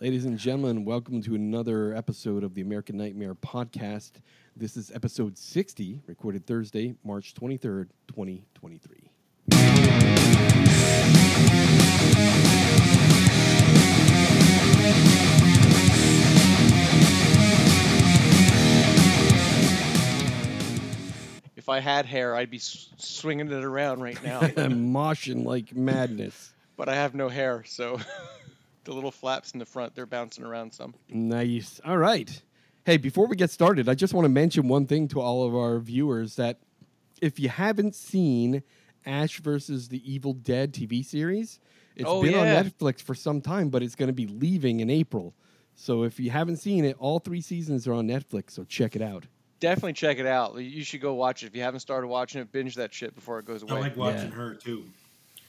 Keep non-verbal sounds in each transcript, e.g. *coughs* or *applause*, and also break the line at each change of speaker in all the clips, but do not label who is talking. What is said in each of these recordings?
Ladies and gentlemen, welcome to another episode of the American Nightmare podcast. This is episode 60, recorded Thursday, March 23rd, *laughs* 2023.
If I had hair, I'd be s- swinging it around right
*laughs*
now.
I'm moshing like madness.
but I have no hair, so *laughs* the little flaps in the front, they're bouncing around some.
Nice. All right. Hey, before we get started, I just want to mention one thing to all of our viewers that if you haven't seen Ash versus the Evil Dead TV series, it's
Oh,
been
yeah.
on Netflix for some time, but it's going to be leaving in April. So if you haven't seen it, all three seasons are on Netflix, so check it out.
Definitely check it out. You should go watch it. If you haven't started watching it, binge that shit before it goes
I
away.
like watching her too.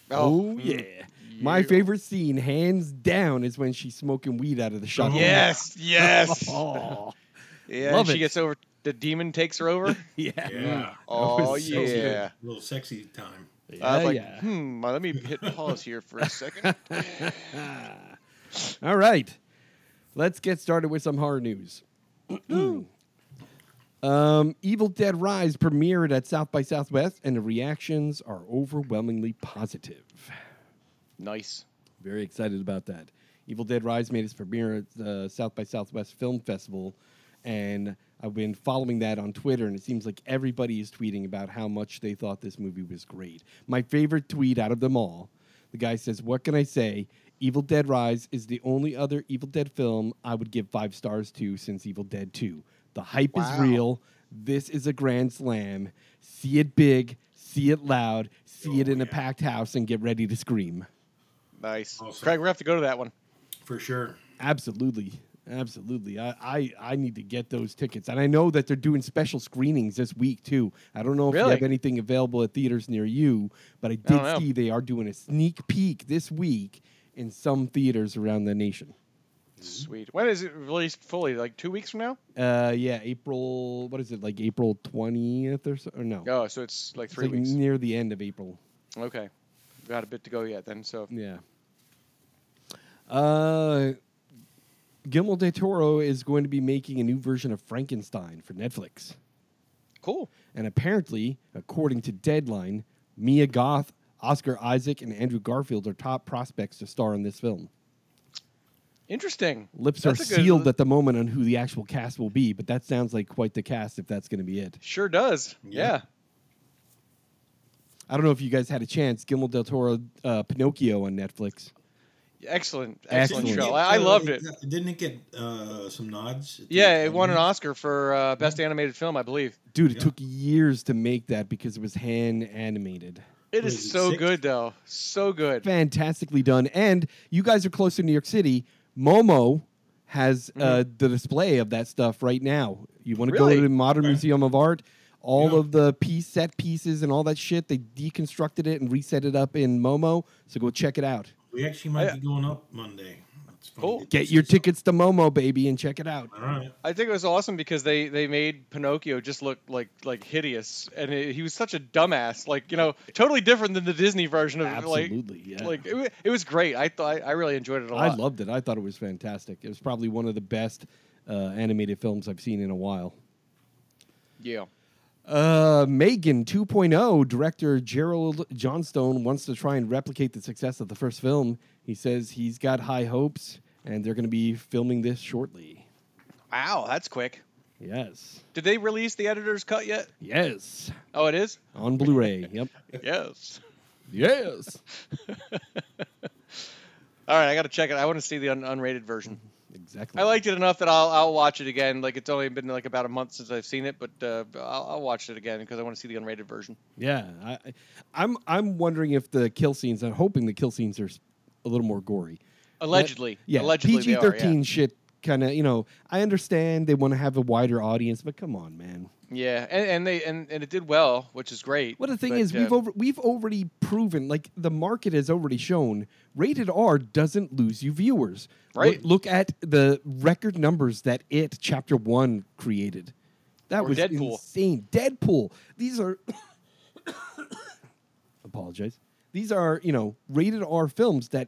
oh,
Oh, yeah. My
yeah.
favorite scene, hands down, is when she's smoking weed out of the shotgun.
*laughs* Yes, yes.
*laughs* Oh,
yeah,
Love
she
it.
gets over. The demon takes her
*laughs*
over.
yeah.
Yeah.
Oh,
was so good.
yeah.
A little sexy time.
I was
Yeah,
like,
yeah.
hmm, let me hit pause here for a second.
*laughs* All right. Let's get started with some horror news. *clears throat* um, Evil Dead Rise premiered at South by Southwest, and the reactions are overwhelmingly positive.
nice.
Very excited about that. Evil Dead Rise made its premiere at the South by Southwest Film Festival, and I've been following that on Twitter, and it seems like everybody is tweeting about how much they thought this movie was great. My favorite tweet out of them all the guy says, What can I say? Evil Dead Rise is the only other Evil Dead film I would give five stars to since Evil Dead 2. The hype is
Wow.
real. This is a grand slam. See it big, see it loud, see it
Oh,
in a
yeah.
packed house, and get ready to scream.
Nice.
Awesome.
Craig, we have to go to that one.
Mm-hmm.
For sure.
Absolutely. Absolutely. I, I, I need to get those tickets. And I know that they're doing special screenings this week, too. I don't know if they
Really?
have anything available at theaters near you, but I did
don't know.
see they are doing a sneak peek this week in some theaters around the nation.
Sweet. When is it released fully? Like two weeks from now?
Uh, yeah, April, what is it, like April 20th or so? Or no.
Oh, so it's like
It's
three
like
weeks.
near the end of April.
Okay. Got a bit to go yet then. So
Yeah. Uh, Guillermo de Toro is going to be making a new version of Frankenstein for Netflix.
cool.
And apparently, according to Deadline, Mia Goth, Oscar Isaac, and Andrew Garfield are top prospects to star in this film.
Interesting.
Lips
That's
are
a good-
sealed at the moment on who the actual cast will be, but that sounds like quite the cast if that's going to be it.
Sure does. Yeah.
Yeah.
I don't know if you guys had a chance. Guillermo del Toro, uh, Pinocchio on Netflix.
Excellent. Excellent,
Excellent.
show. I, I loved it.
got- Didn't uh, it get uh, some nods? at the
Yeah, it won an
Academy?
Oscar for uh, best animated film, I believe.
Dude, it
Yeah.
took years to make that because it was hand animated.
It
What
is,
is it,
so
six?
good though. So good.
Fantastically done. And you guys are close to New York City. Momo has uh, the display of that stuff right now. You want to go to
Mm-hmm. Really?
the Modern
Okay.
Museum of Art? All
Yeah.
of the piece set pieces and all that shit, they deconstructed it and reset it up in Momo. So go check it out.
We actually might
I-
be going up Monday. That's funny.
Cool.
It
Get
just
your
is up.
tickets to Momo, baby, and check it out.
All right.
I think it was awesome because they they made Pinocchio just look like like hideous, and it, he was such a dumbass. Like you know, totally different than the Disney version of
Absolutely,
like
yeah.
like it, wa- it was great. I thought I really enjoyed it a lot.
I loved it. I thought it was fantastic. It was probably one of the best uh, animated films I've seen in a while.
yeah.
Uh, Megan 2.0 director Gerald Johnstone wants to try and replicate the success of the first film. He says he's got high hopes, and they're going to be filming this shortly.
Wow, that's quick.
Yes,
Did they release the editor's cut yet?
yes,
Oh, it is.
on
*laughs*
Blu-ray. yep,
yes.
yes,
All right, I got to check it. I want to see the un- unrated version.
Mm-hmm. exactly.
I liked it enough that I'll I'll watch it again. Like it's only been like about a month since I've seen it, but uh, I'll, I'll watch it again because I want to see the unrated version.
Yeah, I, I- I'm. I'm wondering if the kill scenes. I'm hoping the kill scenes are s- a little more gory.
Allegedly,
Yeah,
allegedly they
PG
are,
thirteen shit. Kind of, you know. I understand they want to have a wider audience, but come on, man.
Yeah, yeah. And, and they and, and it did well, which is great.
Well, the thing
but,
is, we've
uh,
over, we've already proven, like the market has already shown, rated R doesn't lose you viewers. Lo-
Right.
Look, at the record numbers that it Chapter One created. That
Or
was
Deadpool.
insane. Deadpool. These are. *coughs* apologize. These are you know rated R films that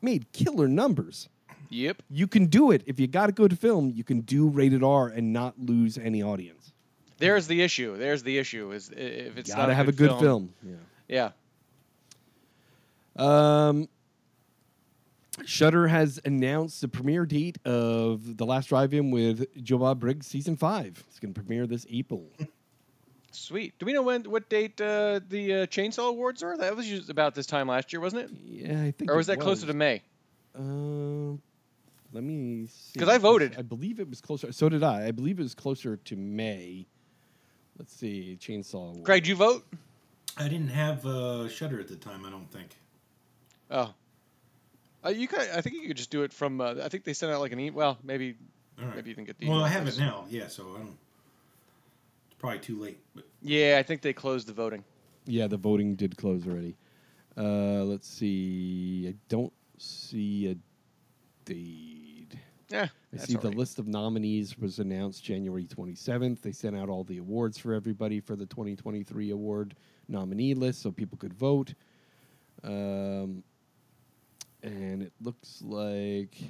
made killer numbers.
Yep.
You can do it if you got a good film. You can do rated R and not lose any audience.
There's the issue. There's the issue. Is i- if it's
gotta
not a
have
good
a good film.
Yeah.
Yeah. Um, Shutter has announced the premiere date of The Last Drive-In with Joe Bob Briggs season five. It's going to premiere this April.
Sweet. Do we know when what date uh, the uh, Chainsaw Awards are? That was just about this time last year, wasn't it?
yeah, I think.
Or was
it
that closer to May?
Um, let me see.
'Cause I voted.
I believe it was closer. So did I. I believe it was closer to May. Let's see. Chainsaw. Awards.
Greg, did you vote?
I didn't have uh, Shutter at the time. I don't think.
Oh. Uh, you could, I think you could just do it from. Uh, I think they sent out like an email. Well, maybe.
All right.
Maybe you didn't get the
well, I
email
have it
first.
now. Yeah, so I don't. It's probably too late. But
Yeah, I think they closed the voting.
Yeah, the voting did close already. Uh, let's see. I don't see a date.
Yeah.
I
that's
see
all
the
right.
list of nominees was announced January 27th. They sent out all the awards for everybody for the 2023 award nominee list so people could vote. Um, and it looks like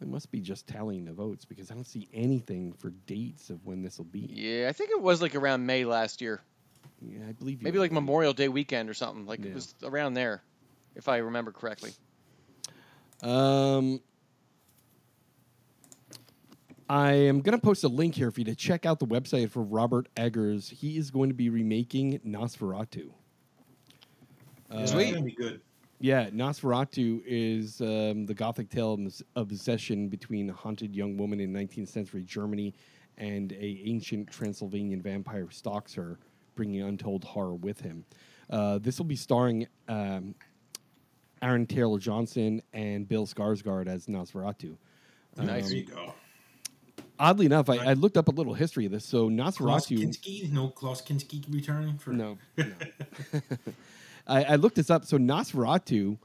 it must be just tallying the votes because I don't see anything for dates of when this will be.
Yeah, I think it was like around May last year.
Yeah, I believe you
Maybe
were
like
right.
Memorial Day weekend or something. Like
Yeah.
it was around there, if I remember correctly.
Um, I am going to post a link here for you to check out the website for Robert Eggers. He is going to be remaking Nosferatu. Uh,
it's
Sweet.
gonna be good.
Yeah, Nosferatu is um, the gothic tale of obs- obsession between a haunted young woman in 19th century Germany and a ancient Transylvanian vampire who stalks her, bringing untold horror with him. Uh, this will be starring um, Aaron Taylor Johnson and Bill Skarsgård as Nosferatu. Um,
Nice.
There you go.
Oddly enough, I, I looked up a little history of this. So
Klaus
Nosferatu,
Kinski? No, Klaus Kinski returning for
no, no. I, I looked this up. So Nosferatu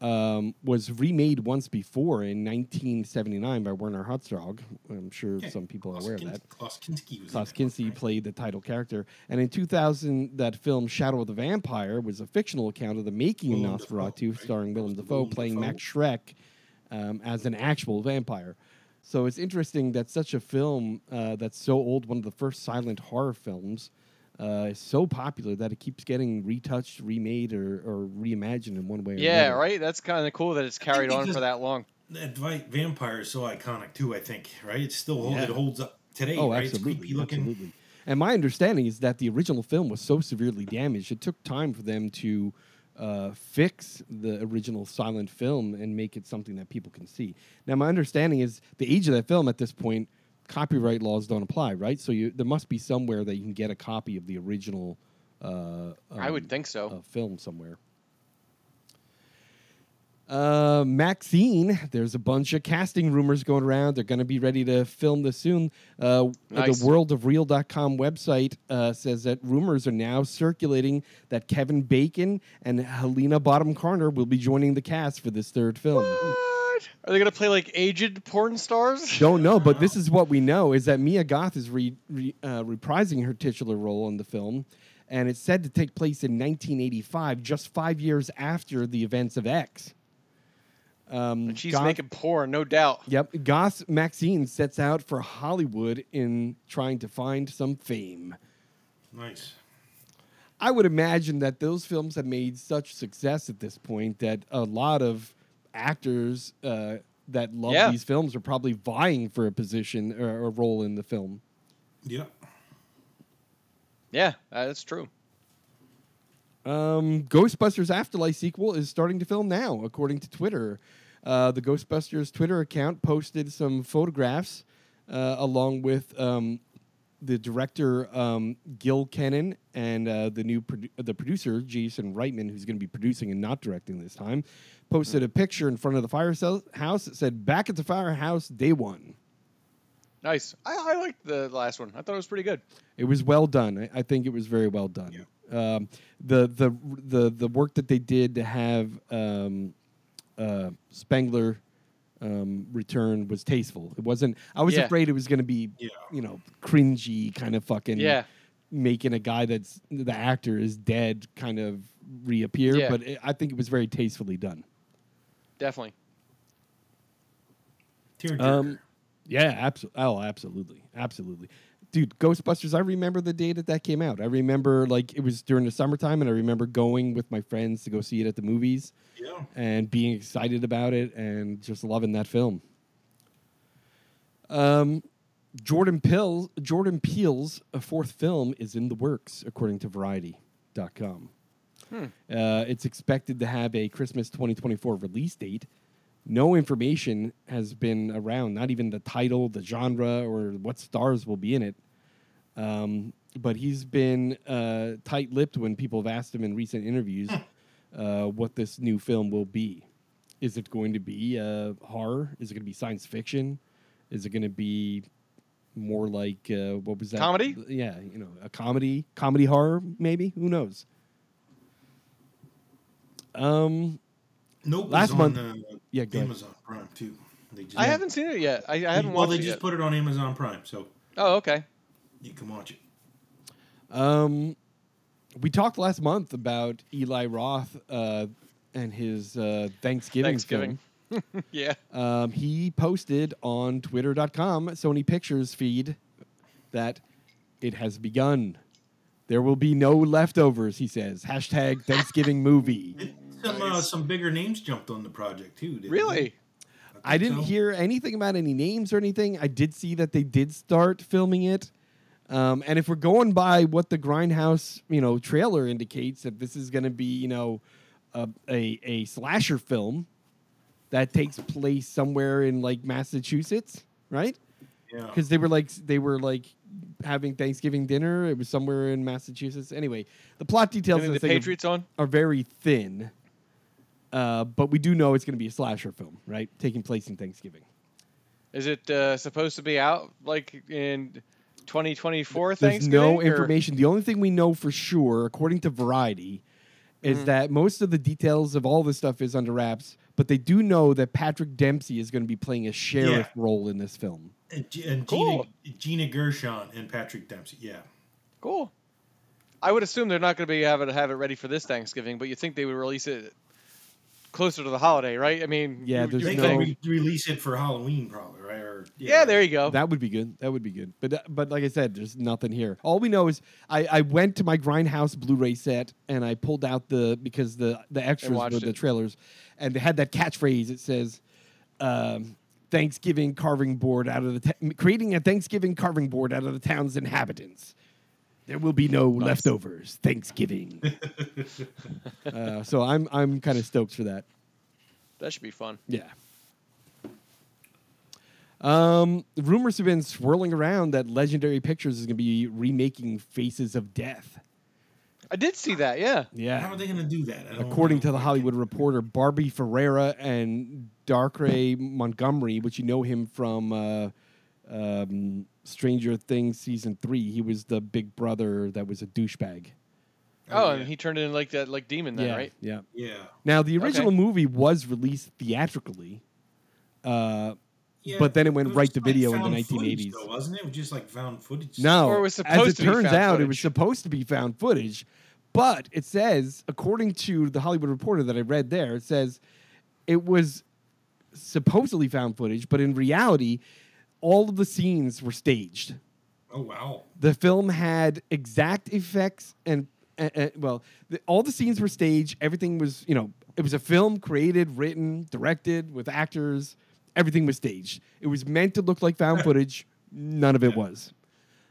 um, was remade once before in 1979 by Werner Herzog. I'm sure
Yeah,
some people are
Klaus
aware of
Kinski-
that.
Klaus Kinski was.
Klaus
in that one,
Kinski
right?
played the title character, and in 2000, that film Shadow of the Vampire was a fictional account of the making
Willem
of
Dafoe,
Nosferatu,
right?
starring Willem
Willem
Dafoe playing
Dafoe.
Max Schreck um, as an actual vampire. So it's interesting that such a film uh, that's so old, one of the first silent horror films, uh, is so popular that it keeps getting retouched, remade, or, or reimagined in one way or
Yeah,
another.
right. That's kind of cool that it's carried on for
because-
that long.
That vi- vampire is so iconic too. I think right. It still hold, it
Yeah.
holds up today.
Oh,
right? It's
absolutely,
creepy looking.
absolutely. And my understanding is that the original film was so severely damaged, it took time for them to uh, fix the original silent film and make it something that people can see. Now, my understanding is the age of that film at this point, copyright laws don't apply, right? So you, there must be somewhere that you can get a copy of the original. Uh,
I
um,
would think so.
a film somewhere. Uh, Maxine, there's a bunch of casting rumors going around. They're going to be ready to film this soon. Uh,
Nice.
The worldofreal.com website uh, says that rumors are now circulating that Kevin Bacon and Helena Bottom Carter will be joining the cast for this third film.
What? Are they gonna play like aged porn stars?
Don't know, but this is what we know: is that Mia Goth is re, re, uh, reprising her titular role in the film, and it's said to take place in 1985, just five years after the events of X. Um,
*laughs* She's
Goth-
making porn, no doubt.
Yep, Goth Maxine sets out for Hollywood in trying to find some fame.
Nice.
I would imagine that those films have made such success at this point that a lot of actors uh, that love
Yeah.
these films are probably vying for a position or a role in the film.
Yep.
Yeah, uh, that's true.
Um, Ghostbusters Afterlife sequel is starting to film now, according to Twitter. Uh, the Ghostbusters Twitter account posted some photographs uh, along with um, the director um, Gil Kennan and uh, the new produ- the producer Jason Reitman, who's going to be producing and not directing this time, posted a picture in front of the firehouse that said "Back at the firehouse, day one."
Nice. I, I liked the last one. I thought it was pretty good.
It was well done. I, I think it was very well done. Um, the the the the work that they did to have um, uh, Spengler um, return was tasteful. It wasn't. I was
Yeah.
afraid it was going to be
Yeah.
you know cringy kind of fucking
Yeah.
making a guy that's the actor is dead kind of reappear.
Yeah.
But it, I think it was very tastefully done.
Definitely.
Tearjerker.
Um, yeah, absolutely. Oh, absolutely, absolutely, dude. Ghostbusters. I remember the day that that came out. I remember like it was during the summertime, and I remember going with my friends to go see it at the movies
yeah.
and being excited about it and just loving that film. Um, Jordan Peele's Jordan Peele's uh, fourth film is in the works, according to Variety.com. Uh, it's expected to have a Christmas 2024 release date. No information has been around, not even the title, the genre, or what stars will be in it. Um, but he's been uh, tight lipped when people have asked him in recent interviews uh, what this new film will be. Is it going to be uh, horror? Is it going to be science fiction? Is it going to be more like uh, what was that?
Comedy?
Yeah, you know, a comedy, comedy horror, maybe. Who knows? Um,
Nope.
last
is on,
month-
Uh,
yeah, go ahead.
Amazon Prime too. They just,
I haven't seen it yet. I, I haven't
well,
watched
they
it
just
yet.
put it on Amazon Prime, so
oh, okay. *laughs*
you can watch it.
Um, we talked last month about Eli Roth uh, and his uh, Thanksgiving.
Thanksgiving.
film.
Yeah.
Um, he posted on Twitter.com Sony Pictures feed that it has begun. There will be no leftovers, he says. Hashtag Thanksgiving movie.
Some uh, some bigger names jumped on the project too. Didn't
Really?
They?
I didn't
so.
hear anything about any names or anything. I did see that they did start filming it. Um, and if we're going by what the Grindhouse, you know, trailer indicates that this is going to be, you know, a, a a slasher film that takes place somewhere in like Massachusetts, right?
Yeah.
because they were like they were like having Thanksgiving dinner. It was somewhere in Massachusetts. Anyway, the plot details of
Getting
this
the
thing
Patriots on?
are very thin, uh, but we do know it's going to be a slasher film, right? Taking place in Thanksgiving.
Is it uh, supposed to be out like in 2024
There's
Thanksgiving?
no
or-
information. The only thing we know for sure, according to Variety, is
Mm.
that most of the details of all this stuff is under wraps. But they do know that Patrick Dempsey is going to be playing a sheriff
Yeah.
role in this film.
And, G- and
Cool.
Gina, Gina Gershon and Patrick Dempsey. Yeah.
Cool. I would assume they're not going to be having to have it ready for this Thanksgiving, but you think they would release it closer to the holiday, right? I mean,
Yeah,
you-
there's
you
They
would
no-
could
think.
re- release it for Halloween, probably, right? Or,
Yeah, there you go.
That would be good. That would be good. But uh, but like I said, there's nothing here. All we know is I, I went to my Grindhouse Blu-ray set and I pulled out the because the the extras were
watched
the
it.
trailers, and they had that catchphrase. It says, um, "Thanksgiving carving board out of the ta- creating a Thanksgiving carving board out of the town's inhabitants." There will be no leftovers.
*laughs*
Thanksgiving. uh, so I'm I'm kind of stoked for that.
that should be fun.
Yeah. Um, rumors have been swirling around that Legendary Pictures is going to be remaking Faces of Death.
I did see that. Yeah.
How
Yeah.
are they going to do that? I don't
According to
know.
the Hollywood Reporter, Barbie Ferreira and Darkray Montgomery, which you know him from uh, um, Stranger Things season three, he was the big brother that was a douchebag.
Oh,
Oh, yeah.
and he turned into like that, like demon then,
yeah,
right?
yeah.
Yeah.
Now the original
Okay.
movie was released theatrically, uh,
Yeah,
But then it went
was
right
just
to video in
found
the
footage,
1980s.
though, wasn't it? It was just like found footage.
No,
Or it was
as
supposed
it
to be
turns
found
out, it was
footage.
supposed to be found footage, but it says, according to the Hollywood Reporter that I read there, it says it was supposedly found footage, but in reality, all of the scenes were staged.
Oh wow.
The film had exact effects and uh, uh, well, the, all the scenes were staged. Everything was, you know, it was a film created, written, directed with actors. Everything was staged. It was meant to look like
*laughs*
found footage. None of it was.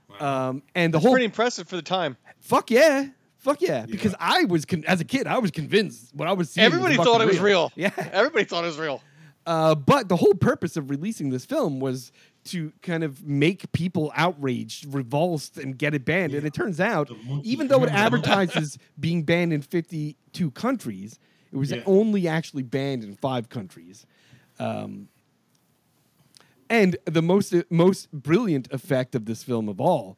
Wow.
Um, and the
It's
whole
pretty impressive for the time.
Fuck yeah. Fuck yeah. Because I was, con- as a kid, I was convinced what I was seeing.
Everybody
was
thought it
fucking
was real.
Yeah.
Everybody thought it was real.
Uh, but the whole purpose of releasing this film was to kind of make people outraged, revulsed, and get it banned. And it turns out,
The monkey
even though it
humor.
advertises being banned in 52 countries, it was
Yeah.
only actually banned in five countries. Um, And the most most brilliant effect of this film of all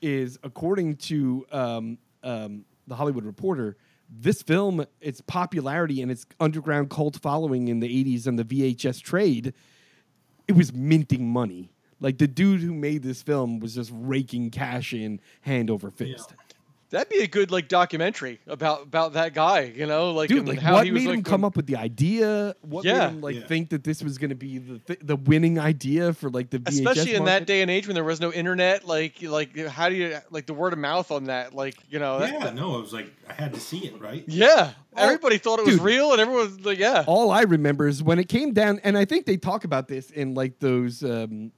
is, according to um, um, the Hollywood Reporter, this film its popularity and its underground cult following in the '80s and the VHS trade, it was minting money. Like the dude who made this film was just raking cash in hand over fist.
that'd be a good like documentary about about that guy. You know, like
Dude,
and
like
how
what
he
made
was
him
like
come up with the idea? What
Yeah.
made him like
Yeah.
think that this was going to be the th- the winning idea for like the VHS
especially in
market?
that day and age when there was no internet. Like like how do you like the word of mouth on that? Like you know, that-
yeah, no, it was like I had to see it, right?
yeah.
Oh,
Everybody thought it was
dude.
real, and everyone was like, yeah.
all I remember is when it came down, and I think they talk about this in like those um,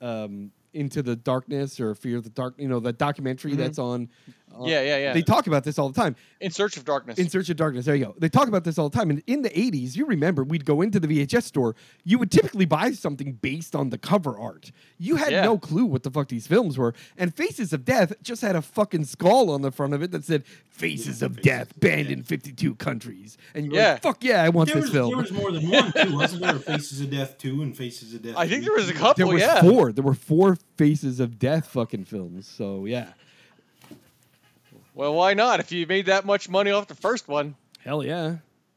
um, Into the Darkness or Fear of the Dark, you know, that documentary that's on. on-
Mm-hmm. Yeah, yeah, yeah.
uh, They talk about this all the time.
In search of darkness.
In Search of Darkness, there you go. They talk about this all the time. And in the 80s, you remember, we'd go into the VHS store. You would typically buy something based on the cover art. You had
Yeah.
no clue what the fuck these films were. And Faces of Death just had a fucking skull on the front of it that said, Faces of
Faces
Death,
of
banned
Death.
in 52 countries. And you're
Yeah.
like, fuck yeah, I want
There
this
was,
film.
there was more than one too, wasn't there? *laughs* Faces of Death two and Faces of Death.
I think
three,
there
*laughs*
was a
too?
couple.
there were
Oh, yeah.
four. There were four Faces of Death fucking films. So yeah,
Well, why not? If you made that much money off the first one,
hell yeah,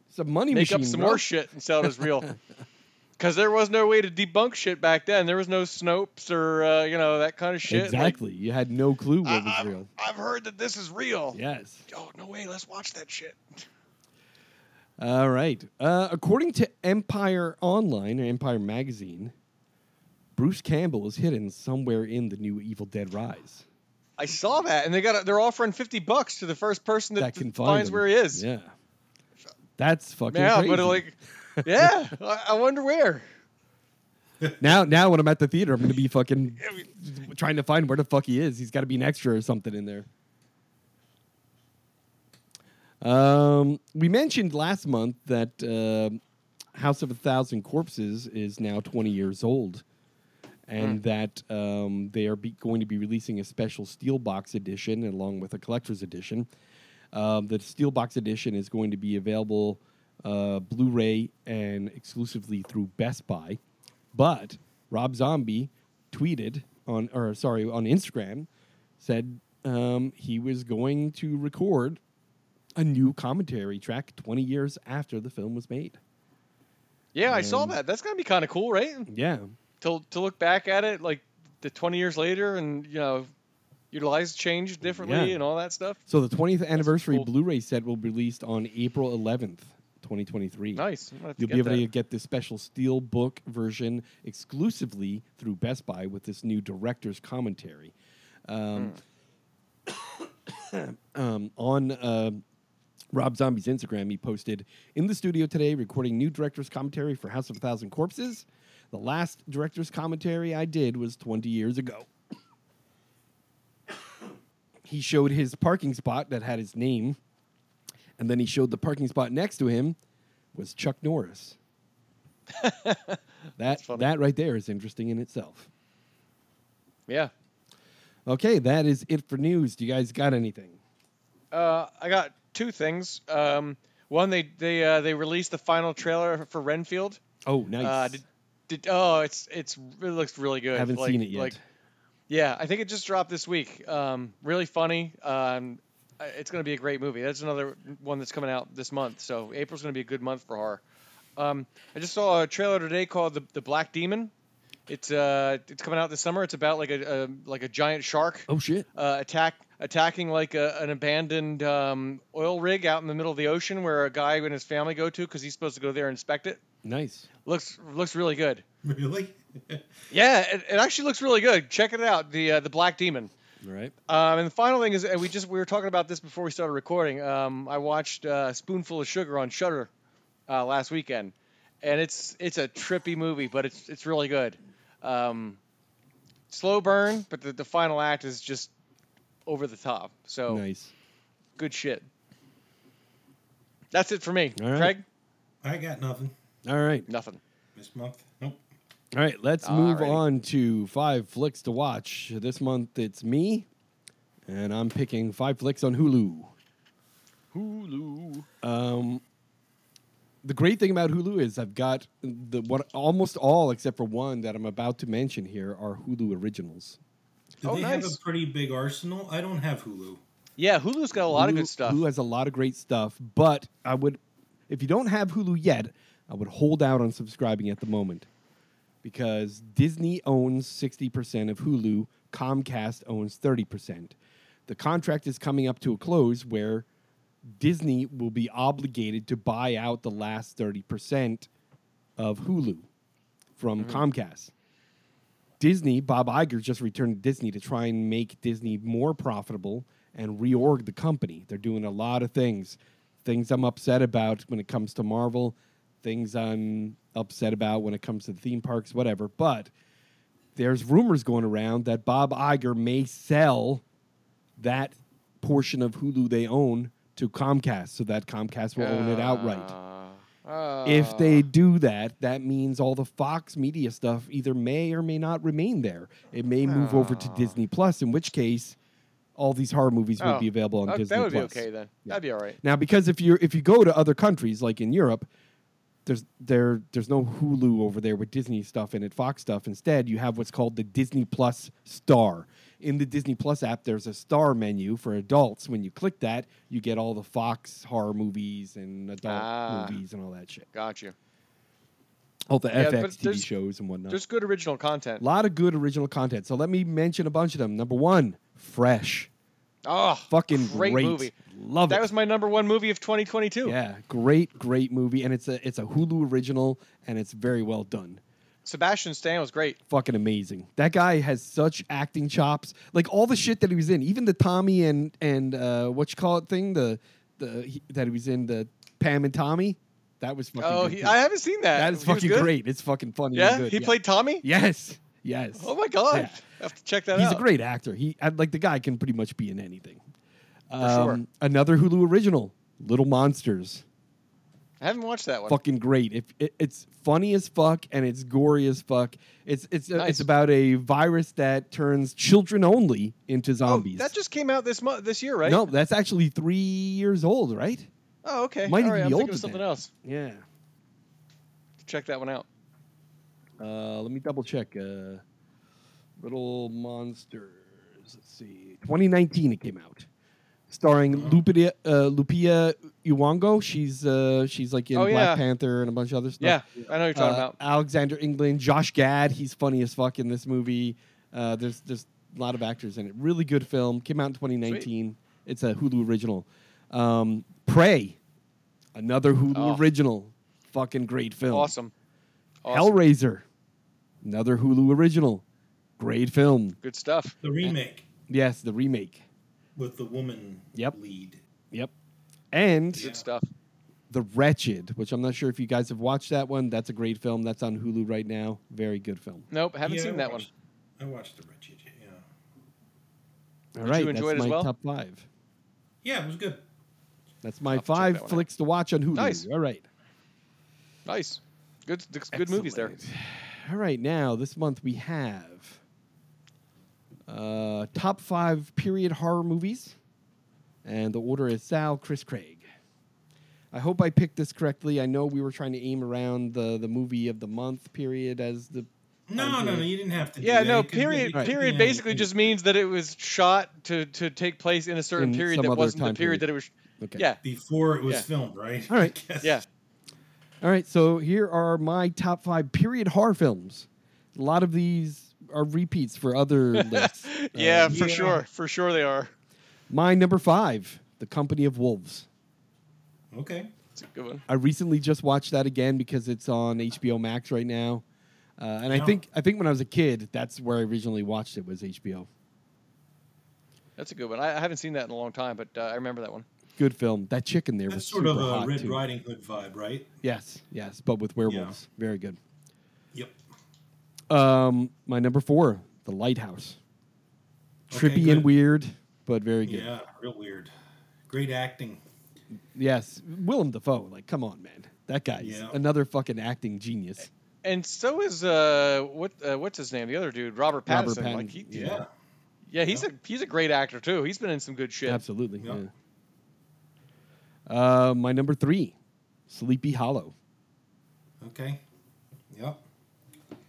it's a money
make
machine.
up some
bro.
more shit and sell it as real.
*laughs*
Because there was no way to debunk shit back then. There was no Snopes or uh, you know that kind of shit. Like,
Exactly. you had no clue what
I,
was real.
have heard that this is real.
Yes.
Oh no way! Let's watch that shit.
All right. Uh, according to Empire Online or Empire Magazine, Bruce Campbell is hidden somewhere in the new Evil Dead Rise.
I saw that, and they got a, they're offering fifty bucks to the first person that,
That can
th-
find
finds
him.
where he is.
Yeah. That's fucking
Yeah,
crazy.
but like, yeah, I, I wonder where.
now, now when I'm at the theater, I'm gonna be fucking
I mean,
trying to find where the fuck he is. He's got to be an extra or something in there. Um, we mentioned last month that um House of a Thousand Corpses is now 20 years old, and that um, they are be- going to be releasing a special steel box edition along with a collector's edition. Um, the steel box edition is going to be available uh, Blu-ray and exclusively through Best Buy. But Rob Zombie tweeted on, or sorry, on Instagram, said um, he was going to record a new commentary track 20 years after the film was made.
Yeah, I saw
Um,
that. That's gonna be kind of cool, right?
Yeah,
To to look back at it like the twenty years later, and you know, your lives changed differently
Yeah.
and all that stuff.
So the 20th anniversary
cool.
Blu-ray set will be released on April 11th, 2023.
Nice. I'm gonna have to
You'll
get
be able
that.
to get this special steel book version exclusively through Best Buy with this new director's commentary. Um,
Hmm.
*coughs* um, on uh, Rob Zombie's Instagram, he posted in the studio today, recording new director's commentary for House of a Thousand Corpses. The last director's commentary I did was 20 years ago. *coughs* he showed his parking spot that had his name, and then he showed the parking spot next to him was Chuck
*laughs*
Norris. that
funny.
that right there is interesting in itself.
Yeah.
Okay, that is it for news. Do you guys got anything?
Uh, I got two things. Um, one, they they uh, they released the final trailer for Renfield.
Oh, nice.
Uh, did, did, oh, it's it's it looks really good.
Haven't
Like-
seen it yet.
Like, yeah, I think it just dropped this week. Um, really funny. Um, I- it's going to be a great movie. That's another one that's coming out this month. So April's going to be a good month for horror. Um, I just saw a trailer today called the, the Black Demon. It's uh it's coming out this summer. It's about like a, a like a giant shark
oh shit.
uh, attack attacking like a, an abandoned um, oil rig out in the middle of the ocean where a guy and his family go to because he's supposed to go there and inspect it.
Nice.
Looks looks really good.
Really? *laughs*
Yeah, it, it actually looks really good. Check it out. The uh, the Black Demon.
All right.
Um, and the final thing is, and we just we were talking about this before we started recording. Um, I watched uh, Spoonful of Sugar on Shutter uh, last weekend, and it's it's a trippy movie, but it's it's really good. Um, slow burn, but the, the final act is just over the top. So
Nice.
good shit. That's it for me.
All right.
Craig,
I got nothing
All right.
nothing.
this month. Nope.
All right. Let's move
Alrighty.
on to five flicks to watch. This month it's me, and I'm picking five flicks on Hulu.
Hulu.
Um, the great thing about Hulu is I've got the what almost all except for one that I'm about to mention here are Hulu originals.
Do
Oh,
they have
nice.
a pretty big arsenal? I don't have Hulu.
Yeah, Hulu's got a lot of
Hulu-
good stuff.
Hulu has a lot of great stuff, but I would, if you don't have Hulu yet, I would hold out on subscribing at the moment because Disney owns 60% of Hulu, Comcast owns 30%. the contract is coming up to a close where Disney will be obligated to buy out the last 30% of Hulu from Comcast. Disney, Bob Iger just returned to Disney to try and make Disney more profitable and reorg the company. They're doing a lot of things. Things I'm upset about when it comes to Marvel, things I'm upset about when it comes to the theme parks, whatever. But there's rumors going around that Bob Iger may sell that portion of Hulu they own to Comcast so that Comcast will own it outright.
Uh,
If they do that, that means all the Fox media stuff either may or may not remain there. It may move over to
Ah.
Disney Plus, in which case all these horror movies
Oh,
will be available on
that,
Disney
that would
Plus.
be okay then.
Yeah.
That'd be all right.
Now because if you if you go to other countries like in Europe, there's there there's no Hulu over there with Disney stuff in it, Fox stuff. Instead, you have what's called the Disney Plus Star. In the Disney Plus app, there's a star menu for adults. When you click that, you get all the Fox horror movies and adult
Ah.
movies and all that shit
Got you.
all Oh, the
Yeah, but
FX TV
there's-
shows and whatnot.
There's good original
A
content.
lot of good original content. So let me mention a bunch of them. Number one, Fresh.
Oh,
Fucking
great,
great,
movie.
Love
That
it.
was my number one movie of 2022.
yeah, great, great movie, and it's a it's a Hulu original, and it's very well done.
Sebastian Stan was great.
Fucking amazing. That guy has such acting chops. Like all the shit that he was in, even the Tommy and and uh, what you call it thing, the the he, that he was in the Pam and Tommy. That was fucking.
Oh,
good
he,
too.
I haven't seen that.
that is
He was
fucking
good?
great. It's fucking funny. and
Yeah,
good.
he played Tommy.
Yes, yes.
Oh my god,
Yeah.
I have to check that
He's
out.
a great actor. He I- like the guy can pretty much be in anything. Um,
sure.
Another Hulu original, Little Monsters.
I haven't watched that one.
Fucking great. If it, it's funny as fuck and it's gory as fuck. It's it's uh,
Nice.
it's about a virus that turns children only into
Oh,
zombies.
that just came out this month, this year, right?
No, that's actually three years old, right?
Oh, okay.
Might
All
even
right,
be
I'm thinking
older
of something
than- Oh,
else.
Yeah.
Check that one out.
Uh, let me double check. Uh, Little Monsters. Let's see. 2019 it came out, starring
Uh-huh.
Lupita uh, Lupia Nyong'o. She's uh, she's like in
Oh, yeah.
Black Panther and a bunch of other stuff.
Yeah, I know what you're talking
Uh,
about.
Alexander England, Josh Gad. He's funny as fuck in this movie. Uh, there's there's a lot of actors in it. Really good film. Came out in 2019. It's a Hulu original. Um, Prey, another Hulu
Oh.
original. Fucking great film.
Awesome. awesome.
Hellraiser, another Hulu original. Great film.
Good stuff.
The remake
Yes, the remake.
with the woman
Yep.
lead.
Yep. And
Yeah.
Good stuff.
The Wretched, which I'm not sure if you guys have watched that one. That's a great film. That's on Hulu right now. Very good film.
Nope, haven't
Yeah,
seen
I
that one.
watched- I watched The Wretched. Yeah,
All
Did
right,
you enjoy it
that's
as
my
well?
top five.
yeah, it was good.
That's my
I'll check
five
that one out.
flicks to watch on Hulu.
Nice.
All right.
Nice. Good good movies there.
Excellent. All right, now this month we have uh, top five period horror movies, and the order is Sal, Chris, Craig. I hope I picked this correctly. I know we were trying to aim around the the movie of the month period as the
No, no, no, you didn't have to. do
Yeah,
that.
no,
You could really-
period
Right.
period
yeah,
basically
you-
just means that it was shot to to take place in a certain
In
period
some
that
other
wasn't the
time
period,
period.
that it was
okay.
Yeah.
before it was
Yeah.
filmed, right?
All right.
*laughs* I guess.
Yeah.
All right, so here are my top five period horror films. A lot of these are repeats for
*laughs*
other lists.
Yeah,
Um,
for
Uh, Yeah.
sure. For sure they are.
my number five, The Company of Wolves.
Okay.
It's a good one.
I recently just watched that again because it's on HBO Max right now, uh, and I
Oh.
think I think when I was a kid, that's where I originally watched it was HBO.
That's a good one. I, I haven't seen that in a long time, but uh, I remember that one.
Good film. That chicken there was
That's sort of
super
a
hot
Red
too.
Riding Hood vibe, right?
Yes, yes, but with werewolves, very good.
Yep.
Um, my number four, The Lighthouse.
Okay,
Trippy
good.
and weird, but very good.
Yeah, real weird. Great acting.
Yes, Willem Dafoe. Like, come on, man, that guy's
Yeah.
another fucking acting genius.
And so is uh what uh, what's his name? The other dude, Robert
Robert
Pattinson. Like
Pattinson,
he,
Yeah.
Yeah.
yeah, he's a he's a great actor too. He's been in some good shit.
Absolutely.
Yeah.
yeah. Uh, my number three, Sleepy Hollow.
Okay. Yep.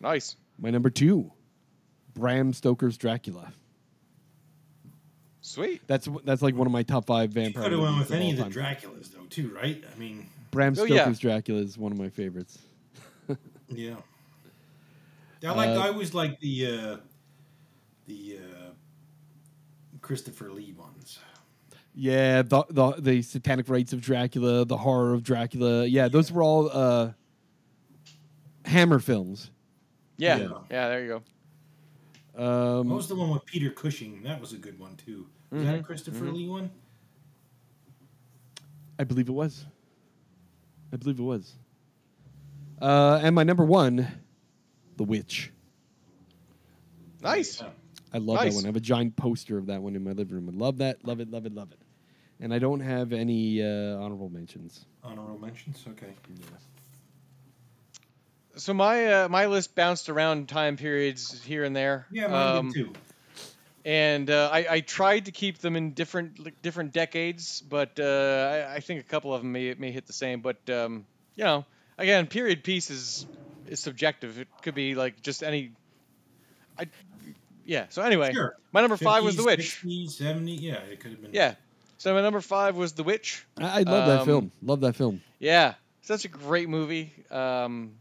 Nice.
My number two, Bram Stoker's Dracula.
Sweet.
That's that's like one of my top five
You
vampire.
could have went
movies of
with any
all
of the
time.
Draculas though, too, right? I mean,
Bram
Oh,
Stoker's
yeah.
Dracula is one of my favorites.
yeah. I like.
Uh,
I always like the uh, the uh, Christopher Lee ones.
Yeah, the, the the satanic rites of Dracula, the horror of Dracula. Yeah, those were all uh, Hammer films.
Yeah.
Yeah.
yeah, There you go.
Um,
What was the one with Peter Cushing? That was a good one too. Was that a
Mm-hmm.
Christopher Lee one?
I believe it was. I believe it was. Uh, and my number one, The Witch.
Nice.
Yeah.
I love
Nice.
that one. I have a giant poster of that one in my living room. I love that. Love it. Love it. Love it. And I don't have any uh, honorable mentions.
Honorable mentions. Okay.
So my uh, my list bounced around time periods here and there.
Yeah, mine
Um,
did too.
and uh, I, I tried to keep them in different like, different decades, but uh, I, I think a couple of them may, may hit the same. But um, you know, again, period piece is is subjective. It could be like just any. I, yeah. So anyway,
Sure.
my number five was
50s,
The Witch.
60s, 70s. Yeah, it could have been.
Yeah. So my number five was The Witch.
I, I love that
Um,
film. Love that film.
Yeah, such a great movie. Um,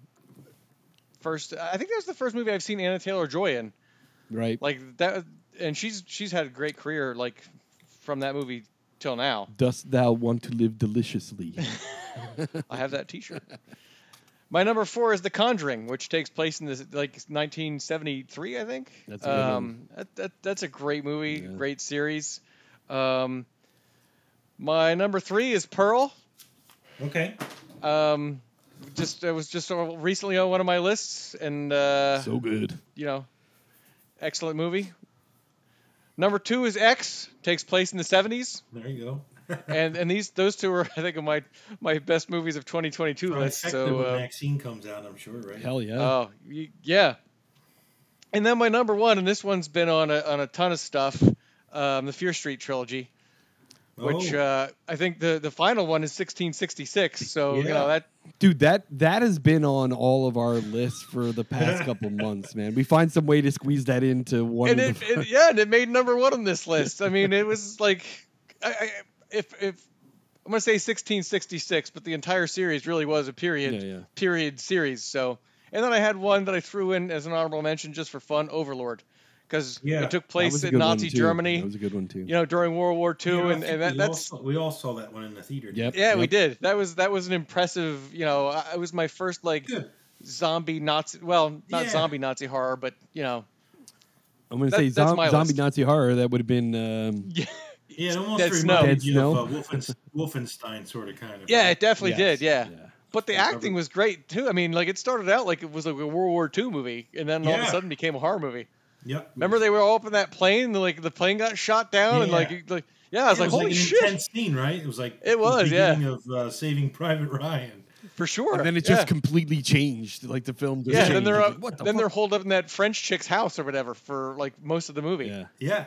first, I think that was the first movie I've seen Anna Taylor Joy in.
Right.
Like that, and she's she's had a great career like from that movie till now.
Dost thou want to live
*laughs*
deliciously?
I have
*laughs*
that T-shirt. My number four is The Conjuring, which takes place in this like 1973, I think.
That's a good
um, that, that, that's a great movie,
Yeah.
great series. Um, my number three is Pearl.
Okay.
Um, just it was just sort of recently on one of my lists, and uh,
so good.
you know, excellent movie. Number two is X, takes place in the 70s,
There you go. *laughs*
and and these those two are *laughs* I think of my my best movies of 2022
Probably
list.
affected
So
when
uh,
Maxine comes out, I'm sure, right?
Hell yeah.
Oh, y- yeah. And then my number one, and this one's been on a, on a ton of stuff, um, the Fear Street trilogy, which
Oh,
uh, I think the, the final one is 1666. So you
Yeah.
know that
Dude, that that has been on all of our lists for the
*laughs*
past couple months, man. We find some way to squeeze that into one.
and
of
it,
the, *laughs*
it- yeah, and it made number one on this list. I mean, it was like I, I, if if I'm gonna say 1666, but the entire series really was a period
Yeah, yeah.
period series. So and then I had one that I threw in as an honorable mention just for fun, Overlord, because
Yeah,
it took
That was
place
a
in
good one,
Nazi
too.
Germany.
That was a good one too.
you know, during World War II,
yeah, I
and,
think
and that,
we
that's
all saw, we all saw that one in the theater.
Yep.
yeah, we
Yep.
did. That was that was an impressive, you know, I, it was my first like
Good.
zombie Nazi, well, not
Yeah.
zombie Nazi horror, but you know,
I'm gonna
That-
say
that's
zom-
my
zombie
list.
Nazi horror. That would have been. Um,
yeah,
Yeah, it almost
Dead
reminded
Snow.
you of
Dead
uh, Wolfen- Wolfenstein sort of kind of.
yeah, it
right?
definitely
yes,
did, yeah. But the
I remember-
acting was great too. I mean, like it started out like it was like a World War II movie, and then all of a
Yeah.
sudden became a horror movie.
Yep.
Remember they were all up in that plane, and like the plane got shot down, and
Yeah.
like you- like yeah, I was
it
like,
was
holy
like an
shit,
intense scene, right? It was like
It was,
the
yeah.
beginning of uh, Saving Private Ryan.
for sure.
And then it
yeah.
just completely changed. Like the film. Just
yeah,
changed.
then they're
Like,
up,
what the
then they're
fuck?
holed up in that French chick's house or whatever for like most of the movie.
Yeah.
Yeah.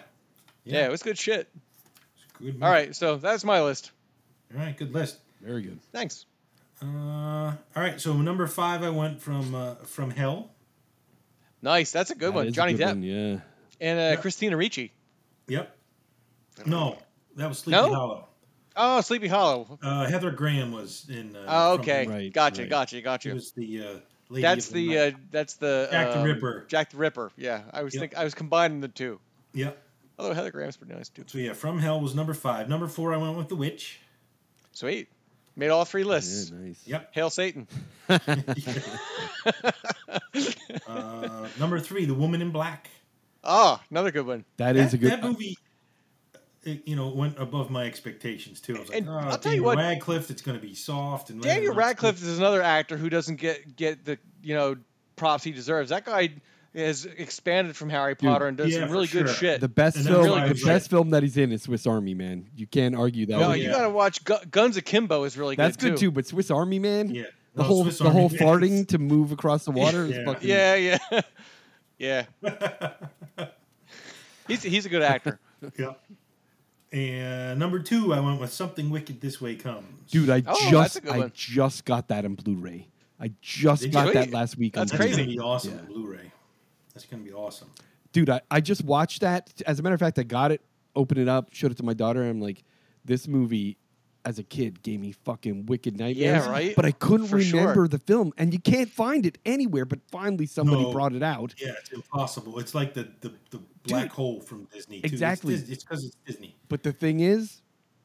Yeah, it was good shit.
It's a good
All right, so that's my list.
All right. Good list.
Very good.
Thanks.
Uh, all right. So number five, I went from uh, from Hell.
Nice. That's a good
That
one.
is a
Johnny
good
Depp
one, yeah.
and uh, Christina Ricci.
Yep. No, that was Sleepy
No?
Hollow.
Oh, Sleepy Hollow.
Uh, Heather Graham was in. Uh,
Oh,
from-
okay.
Right,
gotcha,
right.
gotcha,
She
gotcha.
was the uh, lady.
That's
of
the
night.
uh, that's the
Jack the
um,
Ripper.
Jack the Ripper. Yeah, I was
Yep.
think I was combining the two.
Yep.
Although Heather Graham's pretty nice too.
So yeah, From Hell was number five. Number four, I went with
*laughs*
The Witch.
Sweet. Made all three lists.
Yeah, nice.
Yep.
Hail Satan. *laughs*
*laughs*
uh, number three, The Woman in Black.
Ah, another good one.
That is a good.
That movie, it, you know, went above my expectations too. I was like,
And
oh,
I'll
Daniel
tell you what-
Radcliffe, it's going to be soft and
Daniel
whatever.
Radcliffe is another actor who doesn't get get the you know props he deserves. That guy has expanded from Harry Potter and does
yeah,
some
for
really good
sure.
shit.
the best
And that's
film.
why I
the
was
best
like-
film that he's in is Swiss Army Man. You can't argue that.
no,
one.
yeah.
you gotta watch Gu- Guns Akimbo is really
That's
good,
good too. But Swiss Army Man.
Yeah.
The
No,
whole
Swiss
the
Army
whole
Man.
farting to move across the water is
Yeah.
fucking.
Yeah, yeah, *laughs*
*laughs*
yeah. he's he's a good actor.
*laughs* Yeah. And number two, I went with Something Wicked This Way Comes.
Dude, I
Oh, that's a
just
good
I
one.
just got that on Blu-ray. I just
Did
got
you?
that last week.
That's
on
That's
Blu-ray.
crazy.
gonna be awesome
Yeah.
on Blu-ray. That's gonna be awesome.
dude, I, I just watched that. As a matter of fact, I got it, opened it up, showed it to my daughter, and I'm like, this movie as a kid gave me fucking wicked nightmares.
right?
But I couldn't
For sure.
remember the film, and you can't find it anywhere. But finally, somebody
No.
brought it out.
Yeah, it's impossible. It's like the the, the black hole from Disney. Too. It's
Exactly.
Dis- It's because it's, Disney.
But the thing is,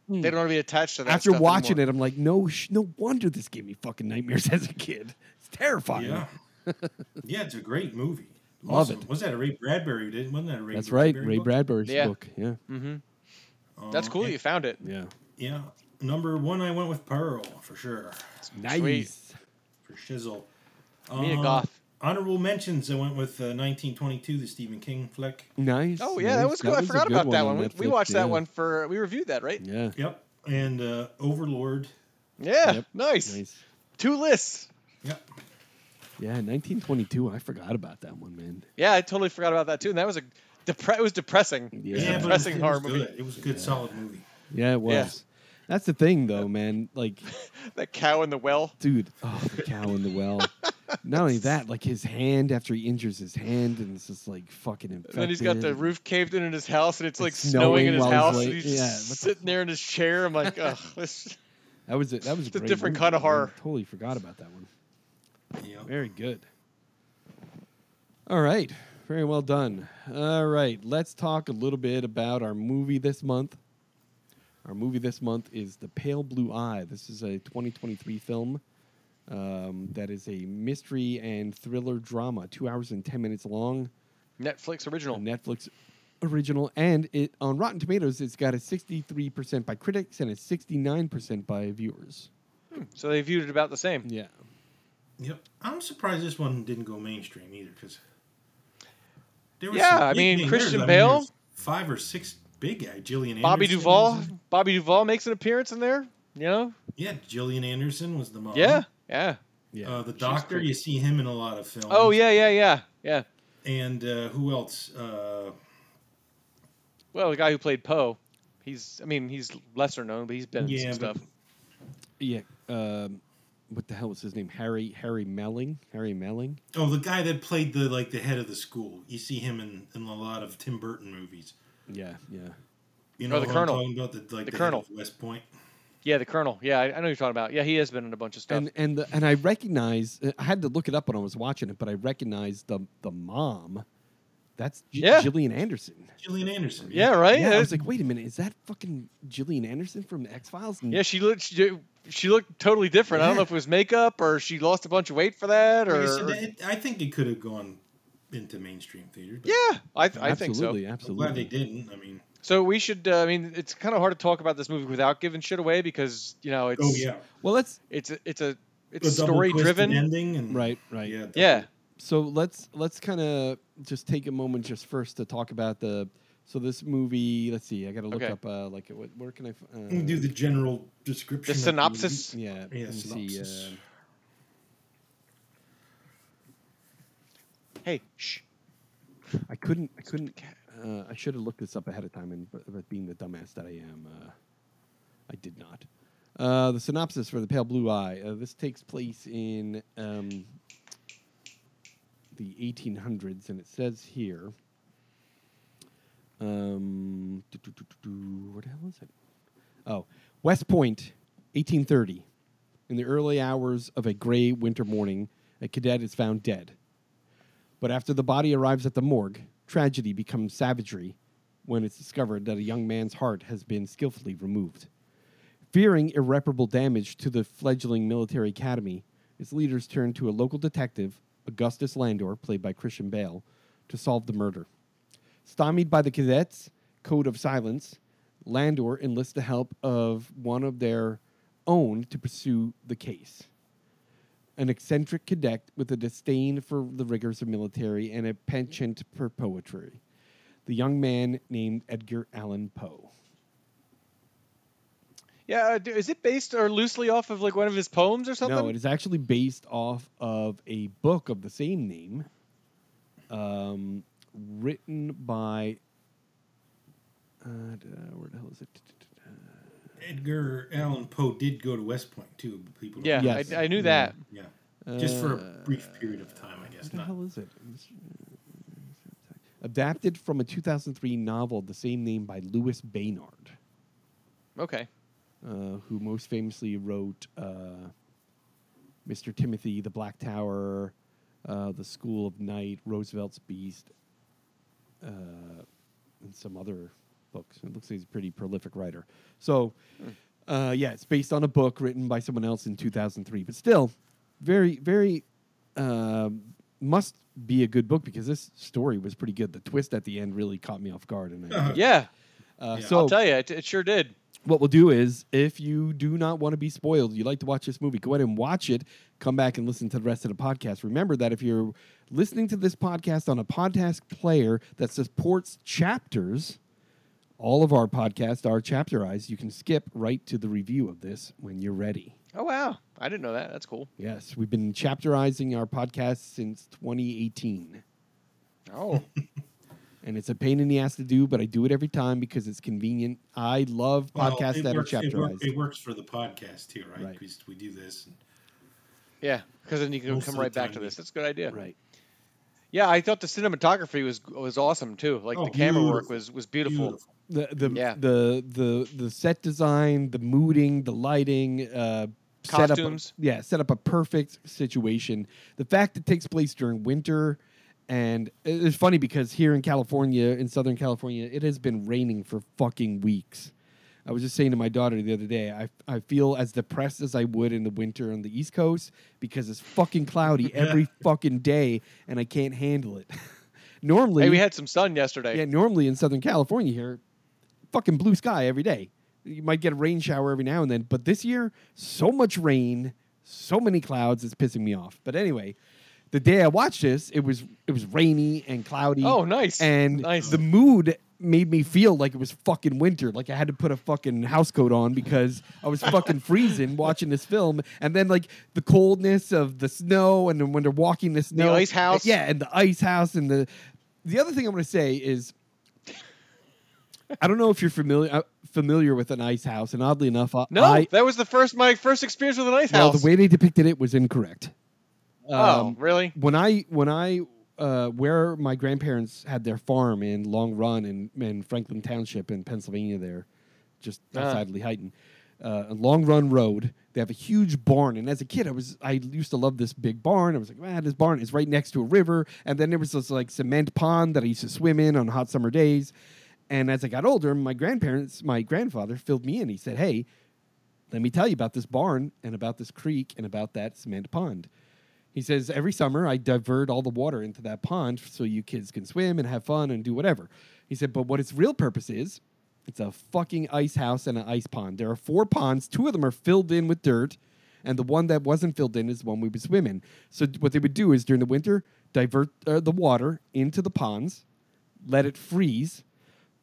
They don't want to be attached to that.
after watching it, I'm like, no, sh- no wonder this gave me fucking nightmares *laughs* as a kid. It's terrifying. *laughs*
Yeah, yeah, it's a great movie.
Love
Awesome.
it.
Was that a Ray Bradbury? who Did wasn't that a Ray?
That's right,
Bradbury
Ray
book?
Bradbury's
Yeah.
book. Yeah,
hmm That's
Uh,
cool. that
and-
You found it.
yeah,
yeah, number one, I went with Pearl for sure.
nice.
For shizzle.
Me a
Uh,
goth.
Honorable mentions. I went with uh, 1922, the Stephen King flick.
Nice.
Oh yeah, that
nice.
was cool. I
a
forgot
good
about
on
that one. We, we
Netflix,
watched
yeah.
that one for we reviewed that, right?
Yeah.
Yep, and uh, Overlord.
Yeah.
Yep.
Nice.
Nice.
Two lists.
Yep.
Yeah, 1922. I forgot about that one, man.
Yeah, I totally forgot about that too. And that was a depre- it was depressing.
Yeah.
It was
Yeah,
a
but
it was-
depressing
it was
horror movie.
Good. It was a good, solid movie.
Yeah, it was.
Yeah.
That's the thing, though, man. Like,
That cow in the well.
dude, oh, the cow in the
*laughs*
well. Not only that, like his hand after he injures his hand, and it's just like fucking infected.
And then he's got the roof caved in in his house, and it's like
It's
snowing,
snowing
in his
while he's
house.
like-
and he's just
yeah, what the
sitting there in his chair. I'm like, ugh, this- *laughs*
That was a, that was a
It's a
great
different
movie,
kind of
man.
horror.
Totally forgot about that one.
Yep.
Very good. All right. Very well done. All right. Let's talk a little bit about our movie this month. Our movie this month is The Pale Blue Eye. This is a 2023 film um, that is a mystery and thriller drama, two hours and 10 minutes long,
Netflix
a
original.
Netflix original. And it on Rotten Tomatoes, it's got a 63% by critics and a 69% by viewers.
So they viewed it about the same.
Yeah.
Yep. I'm surprised this one didn't go mainstream either, because there
Yeah,
some
I
big
mean,
names.
Christian
There's-
Bale.
there's five or six big guys. Gillian
Bobby
Anderson
Duvall.
was in-
Bobby Duvall makes an appearance in there. You know?
yeah, Gillian Anderson was the
Uh-huh.
mom.
Yeah. Yeah.
Yeah.
Uh, the Doctor, you see him in a lot of films.
Oh yeah, yeah, yeah, yeah.
And uh, who else? Uh,
Well, the guy who played Poe, he's I mean he's lesser known, but he's been in
Yeah,
some
but-
stuff.
Yeah. Um, what the hell was his name? Harry Harry Melling. Harry Melling.
oh, the guy that played the like the head of the school. You see him in, in a lot of Tim Burton movies.
Yeah, yeah.
You know
Oh, the
who I'm
Colonel.
talking about the, like,
The
the,
Colonel.
head of West Point.
Yeah, the Colonel. Yeah, I, I know who you're talking about. Yeah, he has been in a bunch of stuff.
And and the, and I recognize. uh, I had to look it up when I was watching it, but I recognized the the mom. That's G-
Yeah.
Gillian Anderson.
Gillian Anderson.
yeah, right.
Yeah, I
Uh,
was like, wait a minute, is that fucking Gillian Anderson from X Files?
yeah, she looked she, she looked totally different. I don't know
Yeah.
if it was makeup or she lost a bunch of weight for that
Like
or.
I, said, it, I think it could have gone into mainstream theater. But
yeah, I, I think so.
absolutely,
I'm glad
absolutely.
they didn't. I mean,
So we should. Uh, I mean, it's kind of hard to talk about this movie without giving shit away because you know it's
oh yeah,
Well, let's
it's a, it's a it's
A double
story
twist and
driven.
ending and
right, right.
Yeah,
Yeah,
so let's let's kind of just take a moment just first to talk about the so this movie let's see i gotta look
Okay.
up uh like what, where can i f- uh,
definitely. do the general description.
the
of
synopsis.
yeah, let
movie. Yeah,
me see,
synopsis.
uh,
Hey, shh.
I couldn't. I couldn't. Uh, I should have looked this up ahead of time, and but, but being the dumbass that I am, uh, I did not. Uh, the synopsis for the Pale Blue Eye. Uh, this takes place in um, the 1800s, and it says here. Um, do, do, do, do, do, what the hell is it? Oh, West Point, 1830. In the early hours of a gray winter morning, a cadet is found dead. But after the body arrives at the morgue, tragedy becomes savagery when it's discovered that a young man's heart has been skillfully removed. Fearing irreparable damage to the fledgling military academy, its leaders turn to a local detective, Augustus Landor, played by Christian Bale, to solve the murder. Stymied by the cadets' code of silence, Landor enlists the help of one of their own to pursue the case an eccentric cadet with a disdain for the rigors of military and a penchant for poetry. The young man named Edgar Allan Poe.
Yeah, uh, d- is it based or loosely off of like one of his poems or something?
No, it is actually based off of a book of the same name, um, written by. Uh, d- uh, where the hell is it?
Edgar Allan Poe did go to West Point too. But people. don't
Yeah,
know
Yes.
I, I knew
Yeah.
that.
that. Yeah, just for a
Uh,
brief period of time, I guess.
What the
Not.
hell is it? Adapted from a 2003 novel of the same name by Louis Baynard.
Okay.
uh, who most famously wrote uh, Mr. Timothy, The Black Tower, uh, The School of Night, Roosevelt's Beast, uh, and some other books. It looks like he's a pretty prolific writer. So, uh, yeah, it's based on a book written by someone else in 2003, but still, very, very. um must be a good book because this story was pretty good. The twist at the end really caught me off guard, and I
Uh-huh.
Yeah,
uh,
Yeah.
so
I'll tell you, it, it sure did.
what we'll do is if you do not want to be spoiled, you like to watch this movie, go ahead and watch it. Come back and listen to the rest of the podcast. Remember that if you're listening to this podcast on a podcast player that supports chapters, all of our podcasts are chapterized. You can skip right to the review of this when you're ready.
Oh wow, I didn't know that. That's cool.
Yes, we've been chapterizing our podcast since 2018.
Oh,
And it's a pain in the ass to do, but I do it every time because it's convenient. I love
Well,
podcasts
it
that
works,
are
it, work-
chapterized.
it works for the podcast too, right?
Right.
Because we do this. And,
*laughs* yeah, because then you can
Most
come
of the
right back
time
to
you-
this. That's a good idea.
Right.
Yeah, I thought the cinematography was was awesome too. Like
Oh,
the camera work
beautiful.
was was beautiful.
the the
Yeah.
the the the set design, the mooding, the lighting, uh,
Costumes.
Set up a, yeah, set up a perfect situation. The fact it takes place during winter, and it- it's funny because here in California, in Southern California, it has been raining for fucking weeks. I was just saying to my daughter the other day, I, I feel as depressed as I would in the winter on the East Coast because it's fucking
*laughs*
cloudy every fucking day, and I can't handle it. *laughs* Normally,
Hey, we had some sun yesterday.
yeah, normally in Southern California here, fucking blue sky every day. You might get a rain shower every now and then, but this year, so much rain, so many clouds, it's pissing me off. But anyway, the day I watched this, it was it was rainy and cloudy.
Oh, nice.
And
nice.
the mood made me feel like it was fucking winter, like I had to put a fucking house coat on because I was
*laughs*
fucking freezing watching this film. And then like the coldness of the snow, and then when they're walking the snow,
ice house.
yeah, and the ice house, and the the other thing I'm gonna say is. I don't know if you're familiar uh, familiar with an ice house, and oddly enough, I,
no,
I
that was the first my first experience with an ice
well,
house.
the way they depicted it was incorrect.
oh,
Um,
really?
when I when I uh, where my grandparents had their farm in Long Run in, in Franklin Township in Pennsylvania, there, just
Ah.
outside Lehighton, uh, on Long Run Road. They have a huge barn, and as a kid, I was I used to love this big barn. I was like, man, this barn is right next to a river, and then there was this like cement pond that I used to swim in on hot summer days. And as I got older, my grandparents, my grandfather filled me in. He said, hey, let me tell you about this barn and about this creek and about that cement pond. He says, every summer I divert all the water into that pond so you kids can swim and have fun and do whatever. He said, but what its real purpose is, it's a fucking ice house and an ice pond. There are four ponds, two of them are filled in with dirt, and the one that wasn't filled in is the one we would swim in. So what they would do is during the winter, divert uh, the water into the ponds, let it freeze,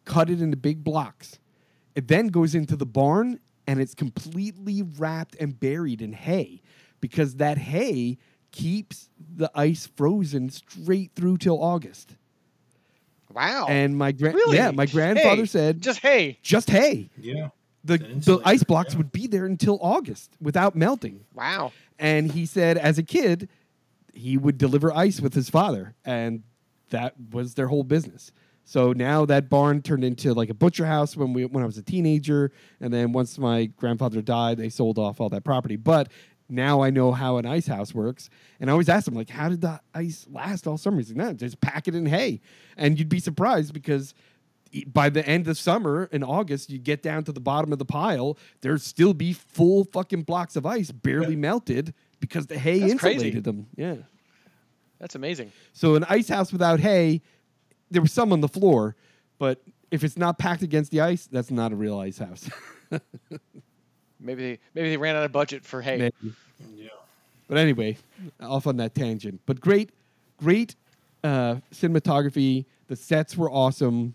cut it into big blocks. It then goes into the barn and it's completely wrapped and buried in hay because that hay keeps the ice frozen straight through till August.
Wow.
And my gra-
Oh, really?
yeah, my grandfather
Hey,
said just,
just hey.
hay.
Yeah.
The,
The
the
insulator,
ice blocks
yeah.
would be there until August without melting.
Wow.
And he said, as a kid, he would deliver ice with his father, and that was their whole business. So now that barn turned into like a butcher house when we when I was a teenager, and then once my grandfather died, they sold off all that property. But now I know how an ice house works, and I always ask them like, "How did the ice last all summer?" He's like, "No, just pack it in hay," and you'd be surprised because e- by the end of summer in August, you get down to the bottom of the pile, there'd still be full fucking blocks of ice barely melted because the hay
That's
insulated
crazy.
them. Yeah.
That's amazing.
So an ice house without hay, there was some on the floor, but if it's not packed against the ice, that's not a real ice house. *laughs*
Maybe they maybe they ran out of budget for hay.
Maybe.
Yeah.
But anyway, off on that tangent. But great, great uh, cinematography. The sets were awesome.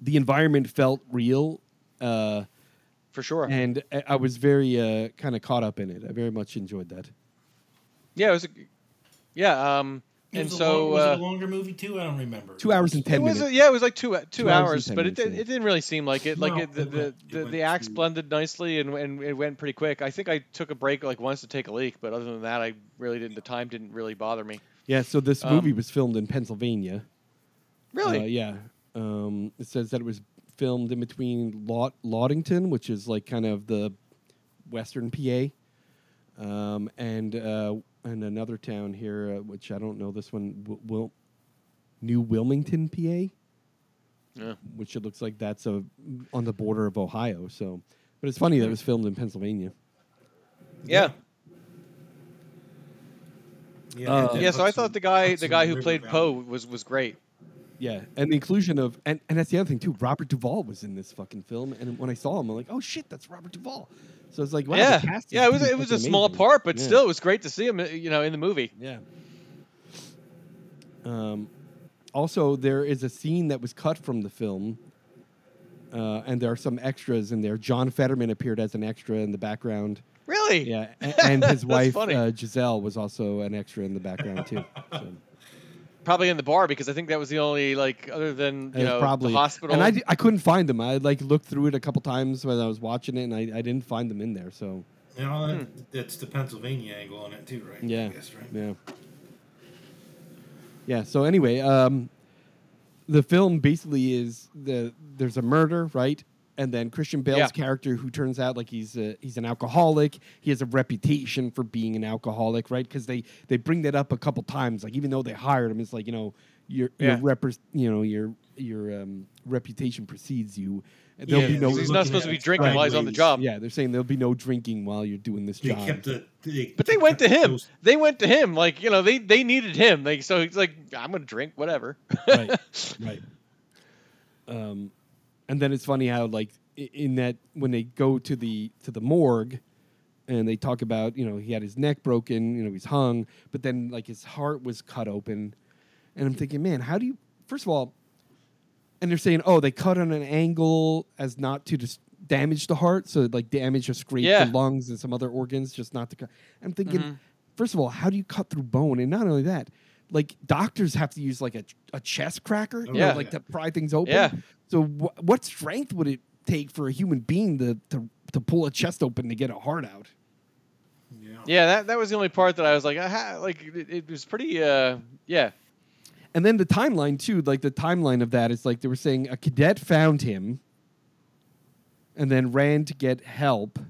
The environment felt real. Uh,
For sure.
and I- I was very uh, kind of caught up in it. I very much enjoyed that.
yeah, it was a, yeah, um
It
and
was a
so
long- was
uh,
it a longer movie too? I don't remember.
Two hours and ten
it was
minutes.
A, yeah, it was like two uh, two,
Two hours
hours,
and 10
but it,
minutes,
did,
yeah.
it didn't really seem like it. Like
No,
it, the,
it
the,
went- it
the,
went
the acts
too-
blended nicely and, and it went pretty quick. I think I took a break like once to take a leak, but other than that, I really didn't. The time didn't really bother me.
yeah, so this
Um,
movie was filmed in Pennsylvania.
Really?
Uh, yeah. Um, Uh, it says that it was filmed in between Laud- Laudington, which is like kind of the western PA, um, and uh, and another town here, uh, which I don't know this one, Wil- Wil- New Wilmington, PA
Yeah.
which it looks like that's a, on the border of Ohio. So, but it's funny that it was filmed in Pennsylvania.
Yeah.
Yeah,
Uh,
that
Yeah, so I
Hudson-
thought the guy the
Hudson
guy who
River
played
Valley.
Poe was was great.
Yeah, and the inclusion of and, and that's the other thing too. Robert Duvall was in this fucking film, and when I saw him, I'm like, oh shit, that's Robert Duvall. So it's like, wow, the
yeah.
cast is
Yeah, it was
pretty
it was a
fucking
small
amazing.
part, but
Yeah.
still it was great to see him uh, you know in the movie.
Yeah. Um, also, there is a scene that was cut from the film, uh, and there are some extras in there. John Fetterman appeared as an extra in the background.
Really?
Yeah,
*laughs*
a- and his
That's
wife
funny.
uh, Giselle was also an extra in the background too. So.
Probably in the bar because I think that was the only like other than you
It was
know
Uh, probably
the hospital.
And I, di- I couldn't find them. I like looked through it a couple times when I was watching it, and I, I didn't find them in there. So
You know, that, that's the Pennsylvania angle on it too, right?
Yeah.
I guess, right?
yeah, yeah. So anyway, um, the film basically is the there's a murder, right? And then Christian Bale's
Yeah.
character, who turns out like he's a, he's an alcoholic, he has a reputation for being an alcoholic, right? Because they they bring that up a couple times. Like even though they hired him, it's like you know your your
Yeah.
repre- you know your your um, reputation precedes you. And There'll
Yeah,
be no
because he's not
looking
supposed
at
to be
it
drinking while he's on the job.
Yeah, they're saying there'll be no drinking while you're doing this
They
job.
kept the. They
But they
*laughs*
went to
kept
him.
those-
They went to him. Like you know, they they needed him. Like so, he's like, I'm gonna drink whatever. *laughs*
right, right. Um, and then it's funny how like i- in that when they go to the to the morgue and they talk about you know he had his neck broken, you know he's hung, but then like his heart was cut open, and I'm thinking, man, how do you? First of all, and they're saying, oh, they cut on an angle as not to just damage the heart, so like damage or scrape
Yeah. Mm-hmm.
the lungs and some other organs, just not to cut. I'm thinking, first of all, how do you cut through bone? And not only that, like doctors have to use like a, a chest cracker, you know,
Yeah.
like to pry things open.
Yeah.
So wh- what strength would it take for a human being to, to to pull a chest open to get a heart out?
Yeah.
yeah, that that was the only part that I was like, Aha, like it, it was pretty. uh Yeah,
And then the timeline too, like the timeline of that is like they were saying a cadet found him and then ran to get help.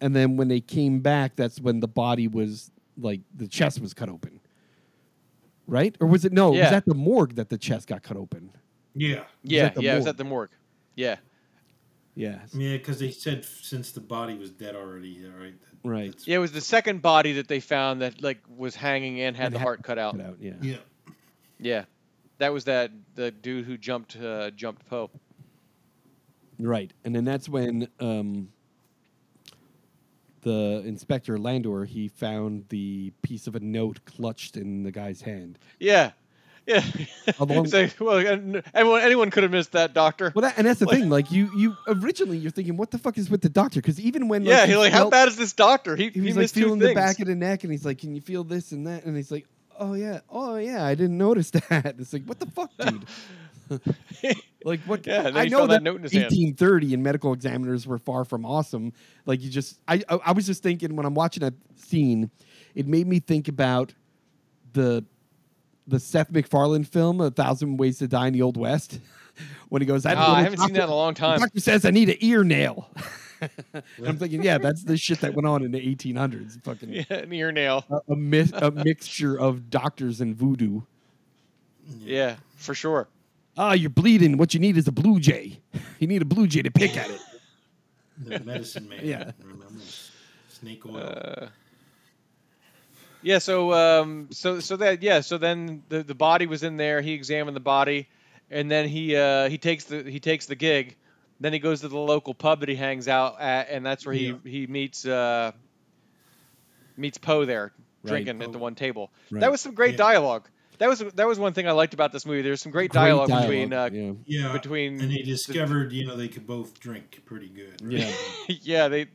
And then when they came back, that's when the body was like the chest was cut open. Right? Or was it no, it was
Yeah.
at the morgue that the chest got cut open.
Yeah.
yeah,
the
yeah. It was
morgue.
at the morgue. Yeah,
Yeah.
Yeah, because they said f- since the body was dead already, yeah, right? That-
Right.
that's-
yeah. It was the second body that they found that like was hanging and had
And
the
had-
heart cut out.
Cut out, yeah.
Yeah.
Yeah, that was that the dude who jumped uh, jumped Poe.
Right. And then that's when um, the inspector Landor he found the piece of a note clutched in the guy's hand.
Yeah, yeah. *laughs*
Along-
It's like, well, and- anyone anyone could have missed that doctor.
Well, that, and that's the thing. Like you, you originally you're thinking, what the fuck is with the doctor? Because even when like,
yeah, he like, how
felt-
bad is this doctor? He
he was like
missed two
feeling
things.
the back of the neck, and he's like, can you feel this and that? And he's like, oh yeah, oh yeah, I didn't notice *laughs* that. It's like, what the
*laughs*
fuck, dude? *laughs* Like what?
Yeah, and then
I
he
know
found that
that,
note in his hand.
1830 and medical examiners were far from awesome. Like you just, I, I, I was just thinking when I'm watching that scene, it made me think about the the Seth MacFarlane film, A Thousand Ways to Die in the Old West, *laughs* when he goes, that
Ah,
little
I haven't seen
doctor-
that in a long
the
time.
doctor says I need an ear nail. *laughs* And I'm thinking, yeah, that's the shit that went on in the 1800s.
*laughs*
Fucking
Yeah, an ear nail.
a, a, mi- a mixture of doctors and voodoo.
Yeah, for sure.
Ah, you're bleeding. What you need is a blue jay. You need a blue jay to pick at it.
The medicine man.
Yeah.
Remember? Snake oil.
Uh, yeah, so um, so so that yeah, so then the, the body was in there. He examined the body, and then he uh, he takes the he takes the gig. Then he goes to the local pub that he hangs out at, and that's where he
Yeah.
he meets uh, meets Poe there
Right.
drinking
Poe.
at the one table.
Right.
That was some great
Yeah.
dialogue. That was that was one thing I liked about this movie. There's some great, dialogue, between uh,
yeah.
yeah.
between
and they discovered, you know, they could both drink pretty good. right?
Yeah.
*laughs* yeah they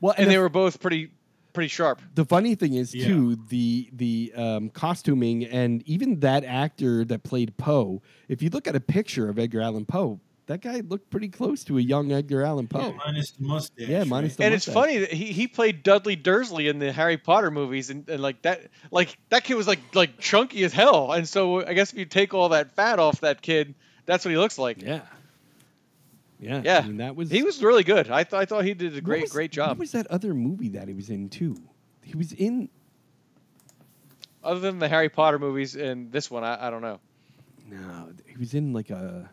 Well,
and
the,
they were both pretty pretty sharp.
the funny thing is
Yeah.
too the the um, costuming and even that actor that played Poe. If you look at a picture of Edgar Allan Poe, that guy looked pretty close to a young Edgar Allan
Yeah,
Poe.
minus the mustache.
Oh. Yeah, minus
right?
the
and it's
mustache.
funny that he, he played Dudley Dursley in the Harry Potter movies, and, and like that like that kid was like like chunky as hell. And so I guess if you take all that fat off that kid, That's what he looks like.
Yeah. Yeah.
Yeah.
I mean, that was
He was really good. I, th- I thought he did a
what
great
was-
great job.
What was that other movie that he was in too? He was in.
Other than the Harry Potter movies and this one, I, I don't know.
No, he was in like a.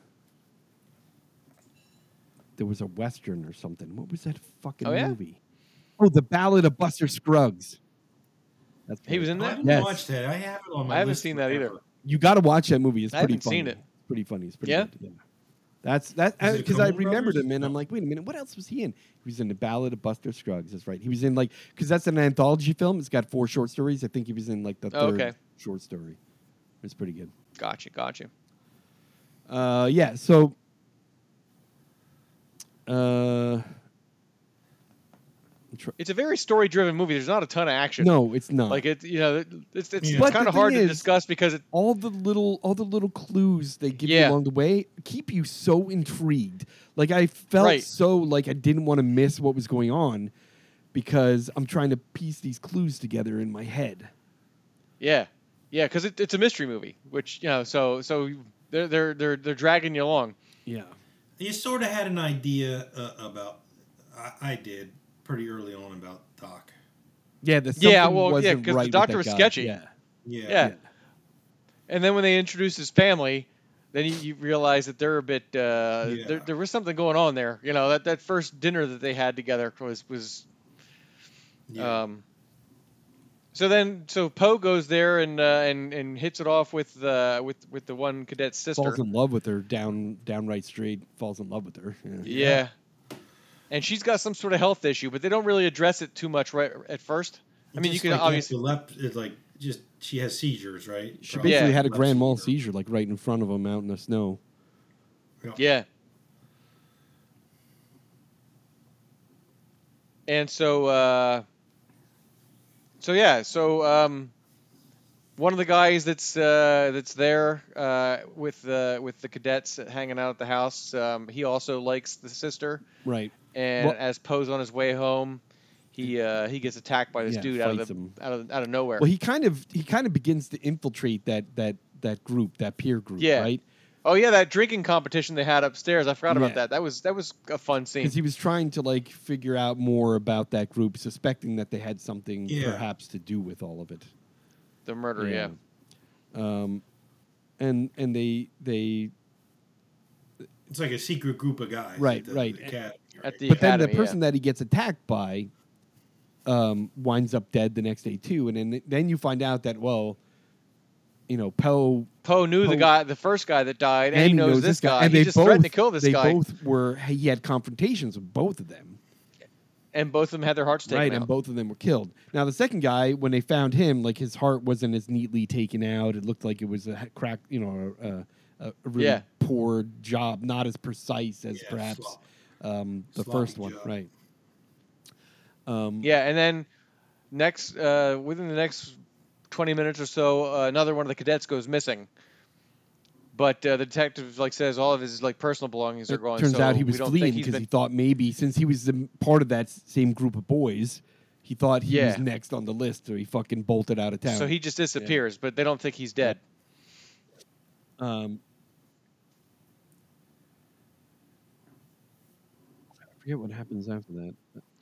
There was a western or something. What was that fucking
Oh, yeah?
movie? Oh, the Ballad of Buster Scruggs. That's
He was
right.
in
I
that.
didn't
Yes.
watch that. I have it on my
I haven't
list
seen that either.
forever.
You got to watch that movie. It's
I
pretty
haven't
funny.
seen it.
It's pretty funny. It's pretty
Yeah?
good. Yeah. That's that
Is it
because I
Coen
remembered
Brothers?
him and I'm like, wait a minute, what else was he in? He was in the Ballad of Buster Scruggs. That's right. He was in like because that's an anthology film. It's got four short stories. I think he was in like the
Oh,
third
okay.
short story. It's pretty good.
Gotcha, gotcha.
Uh, yeah. So, uh, tr-
It's a very story driven movie. There's not a ton of action.
no, it's not.
Like it, you know, it- it's it's,
Yeah.
But
kind
the
of hard
thing
to
is-
discuss because it.
all the little all the little clues they give you
Yeah.
along the way keep you so intrigued. Like I felt
Right.
so like I didn't want to miss what was going on because I'm trying to piece these clues together in my head.
Yeah, yeah, because it, it's a mystery movie, which you know, so so they're they're they're they're dragging you along.
Yeah.
You sort of had an idea uh, about. I, I did pretty early on about Doc.
Yeah, the
Yeah,
something
well, yeah,
wasn't
'cause the
right with
doctor
that
was
guy.
sketchy.
Yeah.
Yeah.
Yeah. And then when they introduce his family, then you, you realize that they're a bit uh,
Yeah.
there, there was something going on there. You know, that that first dinner that they had together was was
yeah.
Um, so then, so Poe goes there and uh, and and hits it off with the with with the one cadet's sister.
Falls in love with her down downright straight, falls in love with her. Yeah.
yeah. and she's got some sort of health issue, but they don't really address it too much right at first. I mean, you
Just
can
like
obviously
epilep- it's like just she has seizures, right?
She
Probably.
basically
Yeah.
had a grand mal seizure like right in front of him out in the snow.
yeah. And so, uh, so yeah, so um, one of the guys that's uh, that's there uh, with the with the cadets hanging out at the house, um, he also likes the sister.
Right.
and
Well-
as Poe's on his way home, he uh, he gets attacked by this
Yeah,
dude out of
fights
the
him.
out of out of nowhere.
Well, he kind of he kind of begins to infiltrate that that that group, that peer group,
Yeah.
right?
oh yeah, that drinking competition they had upstairs. I forgot
Yeah.
about that. That was that was a fun scene.
Because he was trying to like figure out more about that group, suspecting that they had something
Yeah.
perhaps to do with all of it.
the murder, yeah.
Um, and and they they
It's like a secret group of guys.
Right,
at the-
right.
the academy,
At
right?
the-
but then the
academy, yeah.
person that he gets attacked by um, winds up dead the next day too, and then then you find out that well, you know Poe
Poe knew
Poe-
the guy, the first guy that died, and, he knows, this guy.
and
he
they
just
both
threatened to kill this
they
guy,
both were he had confrontations with both of them.
and both of them had their hearts taken
right,
out.
and both of them were killed. Now the second guy, when they found him, like his heart wasn't as neatly taken out. It looked like it was a ha- crack, you know, a, a, a really
Yeah.
poor job, not as precise as
Yeah,
perhaps
sloppy.
um, the
sloppy
first one.
job.
Right. Um,
yeah, and then next uh, within the next twenty minutes or so, uh, another one of the cadets goes missing. But uh, the detective like says all of his like personal belongings are
it
gone.
turns
so
out he
we
was
don't
fleeing
think he's
because
been-
he thought maybe since he was the, part of that s- same group of boys, he thought he was
Yeah.
next on the list, so he fucking bolted out of town.
So he just disappears, but they don't think he's dead.
Um, I forget what happens after that.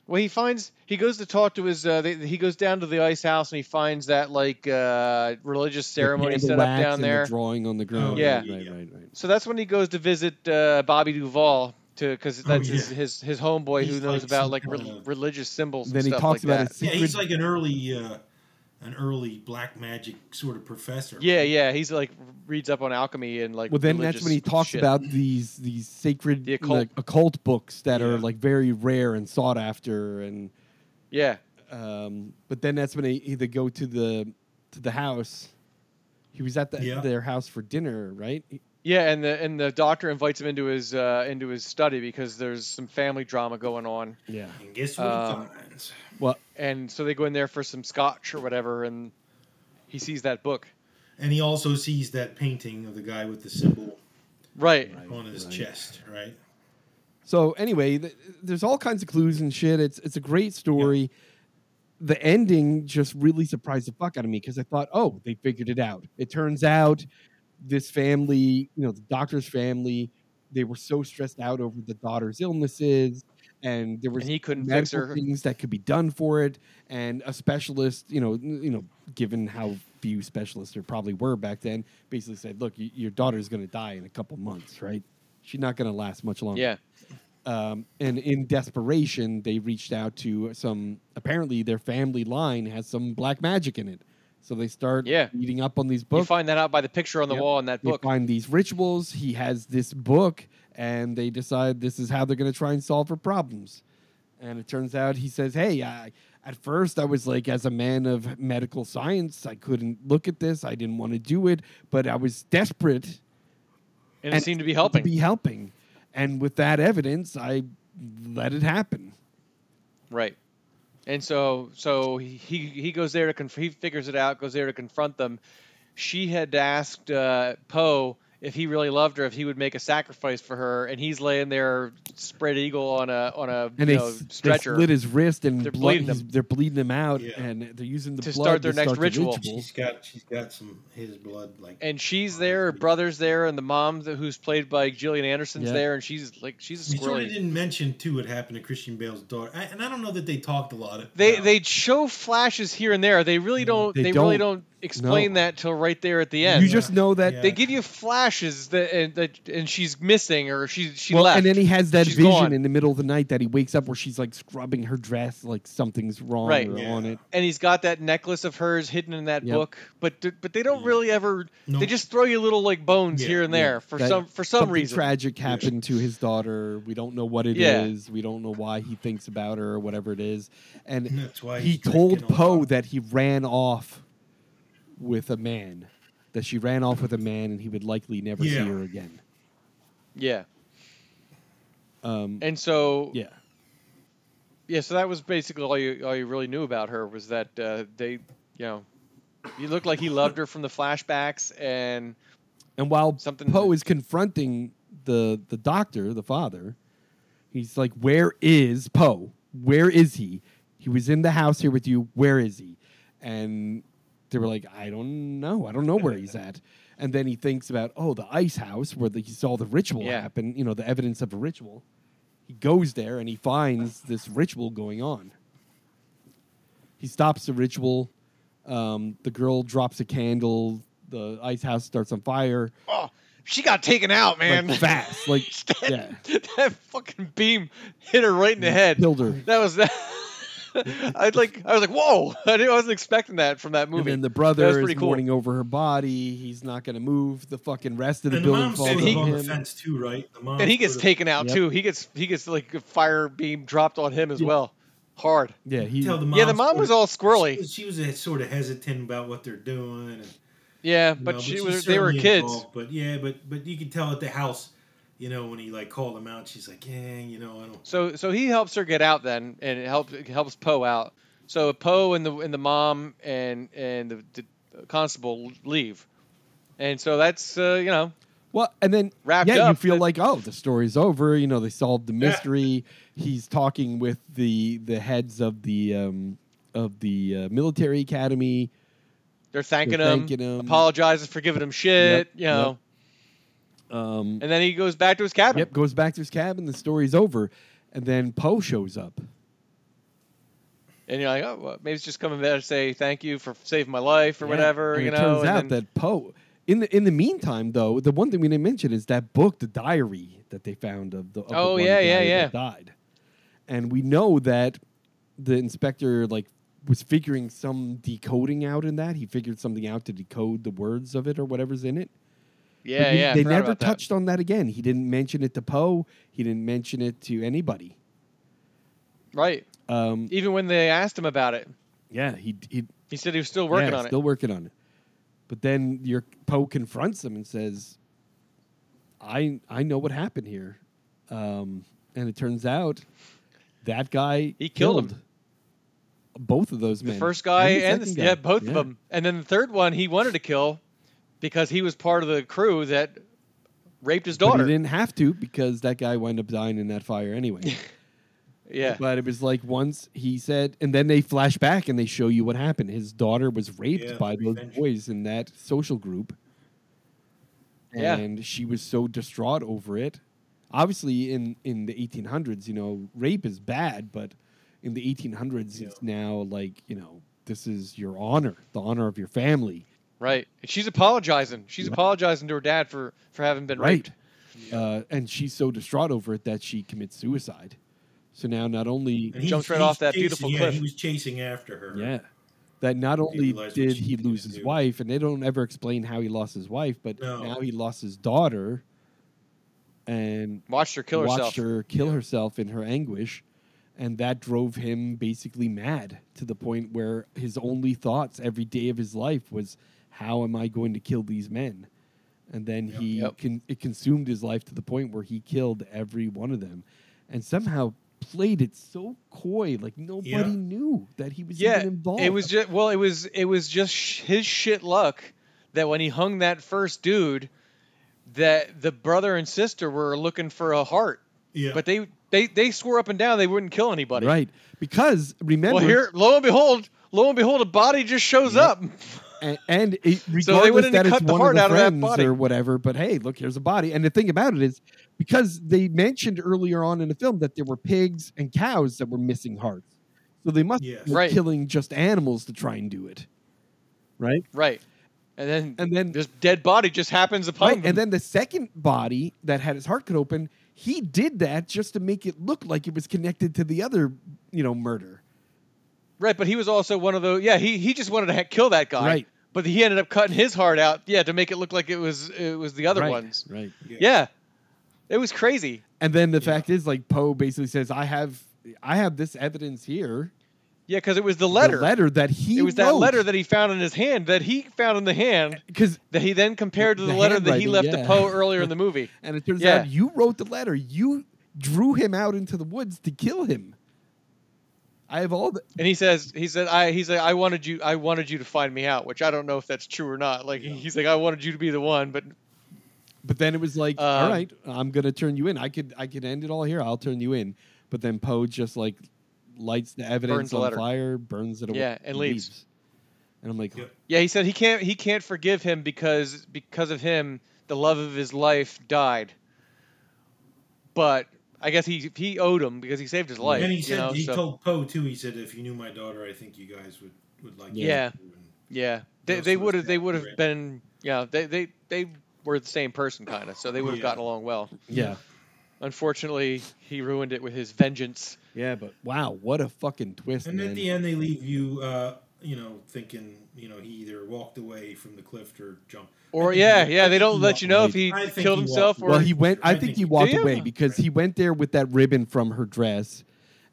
Well, he finds he goes to talk to his. Uh, they, he goes down to the ice house and he finds that like uh, religious ceremony
the
set
wax
up down
and
there.
The drawing on the ground.
yeah.
Right,
Oh, Yeah.
right, right, right.
so that's when he goes to visit uh, Bobby Duvall to because
Oh,
that's
yeah.
his, his his homeboy who
He's
knows
like
about
some
like
kind
rel
of-
religious symbols.
Then
and
he
stuff
talks
like
about a
that.
yeah,
secret.
he's like an early, uh, an early black magic sort of professor.
Yeah, yeah, he's like reads up on alchemy and like.
well, then that's when he
religious
talks
shit.
about these these sacred
The occult.
like, occult books that are
Yeah.
like very rare and sought after, and
Yeah,
um, but then that's when they either go to the to the house. He was at the,
Yeah.
their house for dinner, right?
yeah, and the and the doctor invites him into his uh, into his study because there's some family drama going on.
Yeah.
And guess what
Um,
he finds?
Well,
and so they go in there for some scotch or whatever, and he sees that book.
And he also sees that painting of the guy with the symbol
Right.
Right.
on his
right.
chest, right?
So anyway, th- there's all kinds of clues and shit. It's it's a great story. The ending just really surprised the fuck out of me because I thought, oh, they figured it out. It turns out this family, you know, the doctor's family, they were so stressed out over the daughter's illnesses, and there was
and he couldn't fix
medical
her.
things that could be done for it, and a specialist, you know, n- you know, given how few specialists there probably were back then, basically said, "Look, y- your daughter's going to die in a couple months, right? She's not going to last much longer."
Yeah,
um, and in desperation, they reached out to some. Apparently, their family line has some black magic in it, so they start
Yeah.
reading up on these
you
books.
find that out by the picture on the
Yep.
wall in that
they
book.
find these rituals. He has this book, and they decide this is how they're going to try and solve her problems. And it turns out he says, "Hey, I." At first, I was like, as a man of medical science, I couldn't look at this. I didn't want to do it, but I was desperate
and, it seemed to be helping.
be helping. And with that evidence, I let it happen.
Right. And so so he he he goes there to conf- he figures it out, goes there to confront them. She had asked uh, Poe if he really loved her, if he would make a sacrifice for her, and he's laying there spread eagle on a on a
And
you
they,
know,
s- they
stretcher.
slit his wrist and
They're
blood,
bleeding
he's-
him.
they're bleeding him out,
Yeah.
and they're using the
To
blood
start their next
the
ritual.
She's got she's got some his blood like
and she's there, her brother's there, and the mom th- who's played by Gillian Anderson's
Yeah.
there, and she's like she's a
You sort of
squirrely.
didn't mention too what happened to Christian Bale's daughter, I, and I don't know that they talked a lot. Of,
They
about-
they show flashes here and there. They really don't.
they
They, really
don't-
don't explain
no.
that till right there at the end.
You just know that
Yeah.
They give you flashes that and, that and she's missing or she she
well,
left.
and then he has that
She's
vision
gone.
in the middle of the night that he wakes up where she's like scrubbing her dress, like something's wrong
Right.
or
Yeah.
on it.
and he's got that necklace of hers hidden in that
Yep.
book. But th- but they don't
Yeah.
really ever.
No.
They just throw you little like bones
Yeah,
here and
yeah.
there for
That-
some for some
something
reason.
tragic happened to his daughter. We don't know what it is.
Yeah.
We don't know why he thinks about her or whatever it is. And
And that's why
he
he's
told
drinking a
Poe
lot.
that he ran off with a man, that she ran off with a man, and he would likely never
Yeah.
see her again.
yeah.
Um,
And so yeah.
yeah,
so that was basically all you all you really knew about her was that uh, they you know you looked like he loved her from the flashbacks and
and while
Something
Poe
that-
is confronting the the doctor, the father, he's like, "Where is Poe? Where is he? He was in the house here with you. Where is he?" And they were like, "I don't know. I don't know where he's at." And then he thinks about, "Oh, the ice house where the, he saw the ritual
Yeah.
happen. You know, the evidence of a ritual." He goes there and he finds this ritual going on. He stops the ritual. Um, the girl drops a candle. The ice house starts on fire.
oh she got taken out man
Like
*laughs*
fast, like yeah,
that fucking beam hit her right in the head.
killed her.
That was that. *laughs* I'd like. I was like, whoa! *laughs* I, didn't, I wasn't expecting that from that
And
movie.
then the
That
brother
was
is
pretty cool.
mourning over her body. He's not going to move. The fucking rest of the
and the
building
mom
falls
sort
he-
of on
on
the
him.
fence too, right? The mom
and he gets
sort of-
taken out
Yep.
too. He gets he gets like a fire beam dropped on him as
Yeah.
well, hard.
Yeah, he.
Tell the mom
yeah, the mom
sort
was
of-
all
She
squirrely.
was, she was uh, sort of hesitant about what they're doing, and
Yeah,
you
but
know,
she
she's
was. They were
certainly
kids.
involved, but yeah, but but you could tell at the house, you know, when he like called him out, she's like, yeah, you know, I don't.
So so he helps her get out then, and it helps it helps Poe out. So Poe and the and the mom and and the, the constable leave, and so that's uh, you know
Well, and then
Wrapped
yeah, you
up,
feel
but-
like oh, the story's over. You know, they solved the mystery. He's talking with the the heads of the um, of the uh, military academy.
they're thanking,
They're
him,
thanking him.
apologizing for giving him shit,
Yep,
you know.
Um,
And then he goes back to his cabin.
yep, goes back to his cabin. The story's over, and then Poe shows up.
And you're like, oh, well, maybe it's just coming back to say thank you for saving my life or
Yeah.
whatever,
And
you
it
know.
turns
and
out
then-
that Poe. In the in the meantime, though, the one thing we didn't mention is that book, the diary that they found of the of the
Oh,
one guy
yeah, yeah, yeah.
that died, and we know that the inspector like was figuring some decoding out in that. He figured something out to decode the words of it or whatever's in it. But
yeah,
we-
yeah. I
they
forgot
never
about that.
touched on that again. He didn't mention it to Poe. He didn't mention it to anybody.
Right.
Um,
Even when they asked him about it,
yeah, he he
he said he was still working
Yeah,
on
still working on it. But then your Poe confronts him and says, "I I know what happened here," um, and it turns out that guy
He killed him.
Both of those
it. The
men,
first guy and,
the
the,
second guy.
yeah, both
Yeah.
of them. And then the third one he wanted to kill because he was part of the crew that raped his
But he
daughter.
didn't have to because that guy wound up dying in that fire
*laughs*
anyway.
Yeah.
But it was like once he said, and then they flash back and they show you what happened. His daughter was raped
Yeah,
by
the
those
revenge.
boys in that social group,
Yeah.
and she was so distraught over it. Obviously, in in the 1800s, you know, rape is bad, but in the 1800s,
Yeah.
it's now like you know, this is your honor, the honor of your family.
Right. And she's apologizing. She's
Yeah.
apologizing to her dad for for having been
Right.
raped.
Uh, and she's so distraught over it that she commits suicide. So now, not only
And he's-
Jumps right
he's
off that
chasing-
beautiful
yeah,
cliff.
He was chasing after her.
Yeah. That not only
realized what
did
she
he
needed
lose
to
his
do.
wife, and they don't ever explain how he lost his wife, but
No.
now he lost his daughter and
Watched her kill
watched
herself.
her kill herself in her anguish. And that drove him basically mad to the point where his only thoughts every day of his life was, How am I going to kill these men? And then
Yep.
he
Yep.
con- it consumed his life to the point where he killed every one of them and somehow played it so coy, like nobody knew that he was
Yeah.
even involved.
It was just well, it was it was just sh- his shit luck that when he hung that first dude, that the brother and sister were looking for a heart,
Yeah.
but they they they swore up and down they wouldn't kill anybody.
Right. Because remember,
Well, here, lo and behold, lo and behold, a body just shows
Yep.
up.
and, and it, regardless
wouldn't
that it's
cut the
one of
heart
the
out of that
friends
body.
or whatever, but hey, look, here's a body. And the thing about it is, because they mentioned earlier on in the film that there were pigs and cows that were missing hearts, so they must
Yes.
be
Right.
killing just animals to try and do it, right?
Right. And then
And then
this dead body just happens upon
Right,
them.
and then the second body that had his heart cut open, he did that just to make it look like it was connected to the other, you know, murder.
Right, but he was also one of those. Yeah, he he just wanted to ha- kill that guy.
Right.
But he ended up cutting his heart out. Yeah, to make it look like it was it was the other
right,
ones.
Right.
Yeah.
Yeah. It was crazy.
And then the
Yeah.
fact is, like Poe basically says, "I have, I have this evidence here,
Yeah, because it was the
the
letter.
letter that he
it was that letter that he found in his hand that he found in the hand
because
that he then compared to the,
The
letter that he
handwriting,
left to
yeah.
Poe earlier in the movie.
and it turns
Yeah.
out you wrote the letter, you drew him out into the woods to kill him. I have all the
And he says he said I he said I wanted you I wanted you to find me out, which I don't know if that's true or not. Like he's like I wanted you to be the one, but
But then it was like,
Um,
all right, I'm gonna turn you in. I could I could end it all here. I'll turn you in. But then Poe just like lights the
Burns
evidence
the
on
letter.
fire, burns it away,
Yeah, and leaves.
And I'm like,
Yep.
Yeah, he said he can't he can't forgive him because because of him the love of his life died. But I guess he he owed him because he saved his life.
and he
you
said
know,
he
so-
told Poe too. He said, "If you knew my daughter, I think you guys would would like."
Yeah.
you." And-
yeah they
Most
they
of us
would have they
can't
would
forgive.
have been yeah they they they were the same person kind of so they would have
Yeah.
gotten along well.
yeah,
Unfortunately, he ruined it with his vengeance.
yeah, but wow, what a fucking twist!
And
man.
at the end, they leave you, uh, you know, thinking, you know, he either walked away from the cliff or jumped. I
Or
think he
yeah,
wa-
yeah, they don't
he
let
*laughs*
walked
you know if
away.
he
I think
killed
he
himself
walked
or
well, he went. I
I
think
think
he
he-
walked
Damn.
away because he went there with that ribbon from her dress,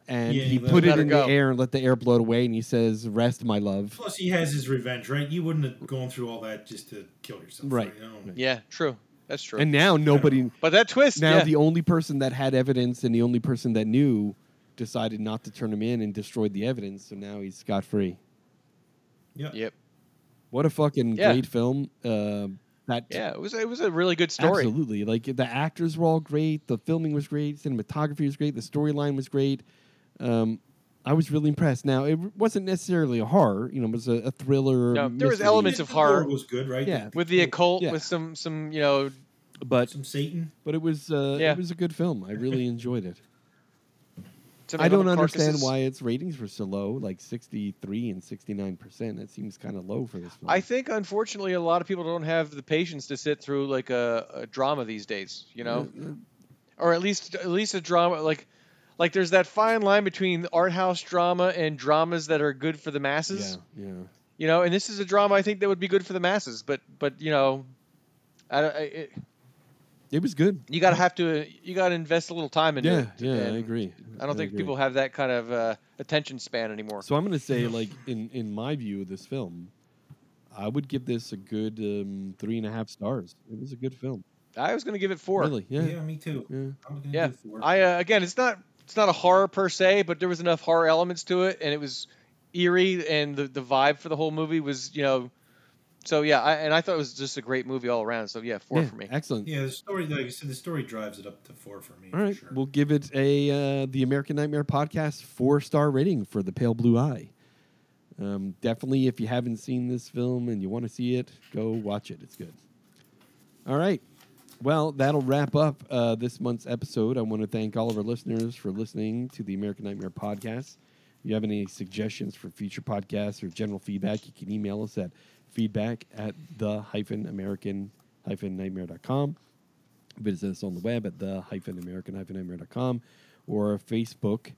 and
Yeah,
he
he let-
put
let
it
her
in
go.
the air and let the air blow it away. And he says, "Rest, my love."
Plus, he has his revenge, right? You wouldn't have gone through all that just to kill yourself,
Right.
right? I don't-
yeah, true, that's true.
And now nobody.
but that twist
now
yeah.
the only person that had evidence and the only person that knew decided not to turn him in and destroyed the evidence so now he's scot free
Yeah.
yep.
what a fucking
Yeah.
great film uh, that
Yeah, it was it was a really good story.
absolutely like the actors were all great the filming was great cinematography was great the storyline was great um, i was really impressed now it wasn't necessarily a horror you know it was a, a thriller
No, there was
mystery,
elements of
The lore
horror.
was good, right? Oh,
Yeah.
with the occult,
Yeah.
with some some you know,
but
Some Satan.
but it was uh,
Yeah.
it was a good film i really enjoyed
*laughs*
it
some
I don't
animal
understand
carcasses.
why its ratings were so low, like 63 and 69 percent. That seems kind of low for this film.
I think unfortunately a lot of people don't have the patience to sit through like a, a drama these days, you know,
Mm-hmm.
or at least at least a drama like like there's that fine line between art house drama and dramas that are good for the
yeah,
masses,
yeah.
you know. And this is a drama I think that would be good for the masses, but but you know, I, don't- I, it,
It was good.
you gotta have to you gotta invest a little time into
Yeah,
it.
yeah, I
and
agree.
I don't think
agree.
people have that kind of uh, attention span anymore.
So I'm going to say, like in in my view of this film, I would give this a good um, three and a half stars. It was a good film.
I was gonna give it four.
Really? Yeah.
Yeah, me too.
yeah.
I'm gonna
Yeah,
do four.
I uh, again, it's not it's not a horror per se, but there was enough horror elements to it, and it was eerie, and the the vibe for the whole movie was you know, so yeah, I, and I thought it was just a great movie all around. So yeah, four
Yeah,
for me.
Excellent.
yeah, the story, like I said, the story drives it up to four for me.
All right,
for sure.
we'll give it a uh, the American Nightmare podcast four star rating for the Pale Blue Eye. Um, definitely, if you haven't seen this film and you want to see it, go watch it. It's good. All right, Well, that'll wrap up uh, this month's episode. I want to thank all of our listeners for listening to the American Nightmare podcast. If you have any suggestions for future podcasts or general feedback, you can email us at feedback at the hyphen American hyphen nightmare.com. Visit us on the web at the hyphen American hyphen nightmare.com or Facebook.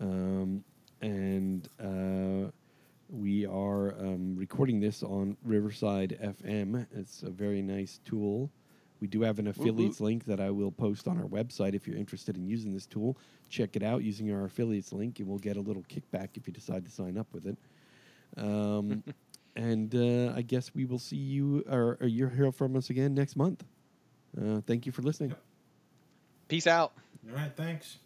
Um, and uh, we are um, recording this on Riverside FM. It's a very nice tool. We do have an affiliates link that I will post on our website if you're interested in using this tool. Check it out using our affiliates link, and we'll get a little kickback if you decide to sign up with it. Um, and uh, I guess we will see you or, or you'll hear from us again next month. Uh, thank you for listening.
Peace out.
All right, thanks.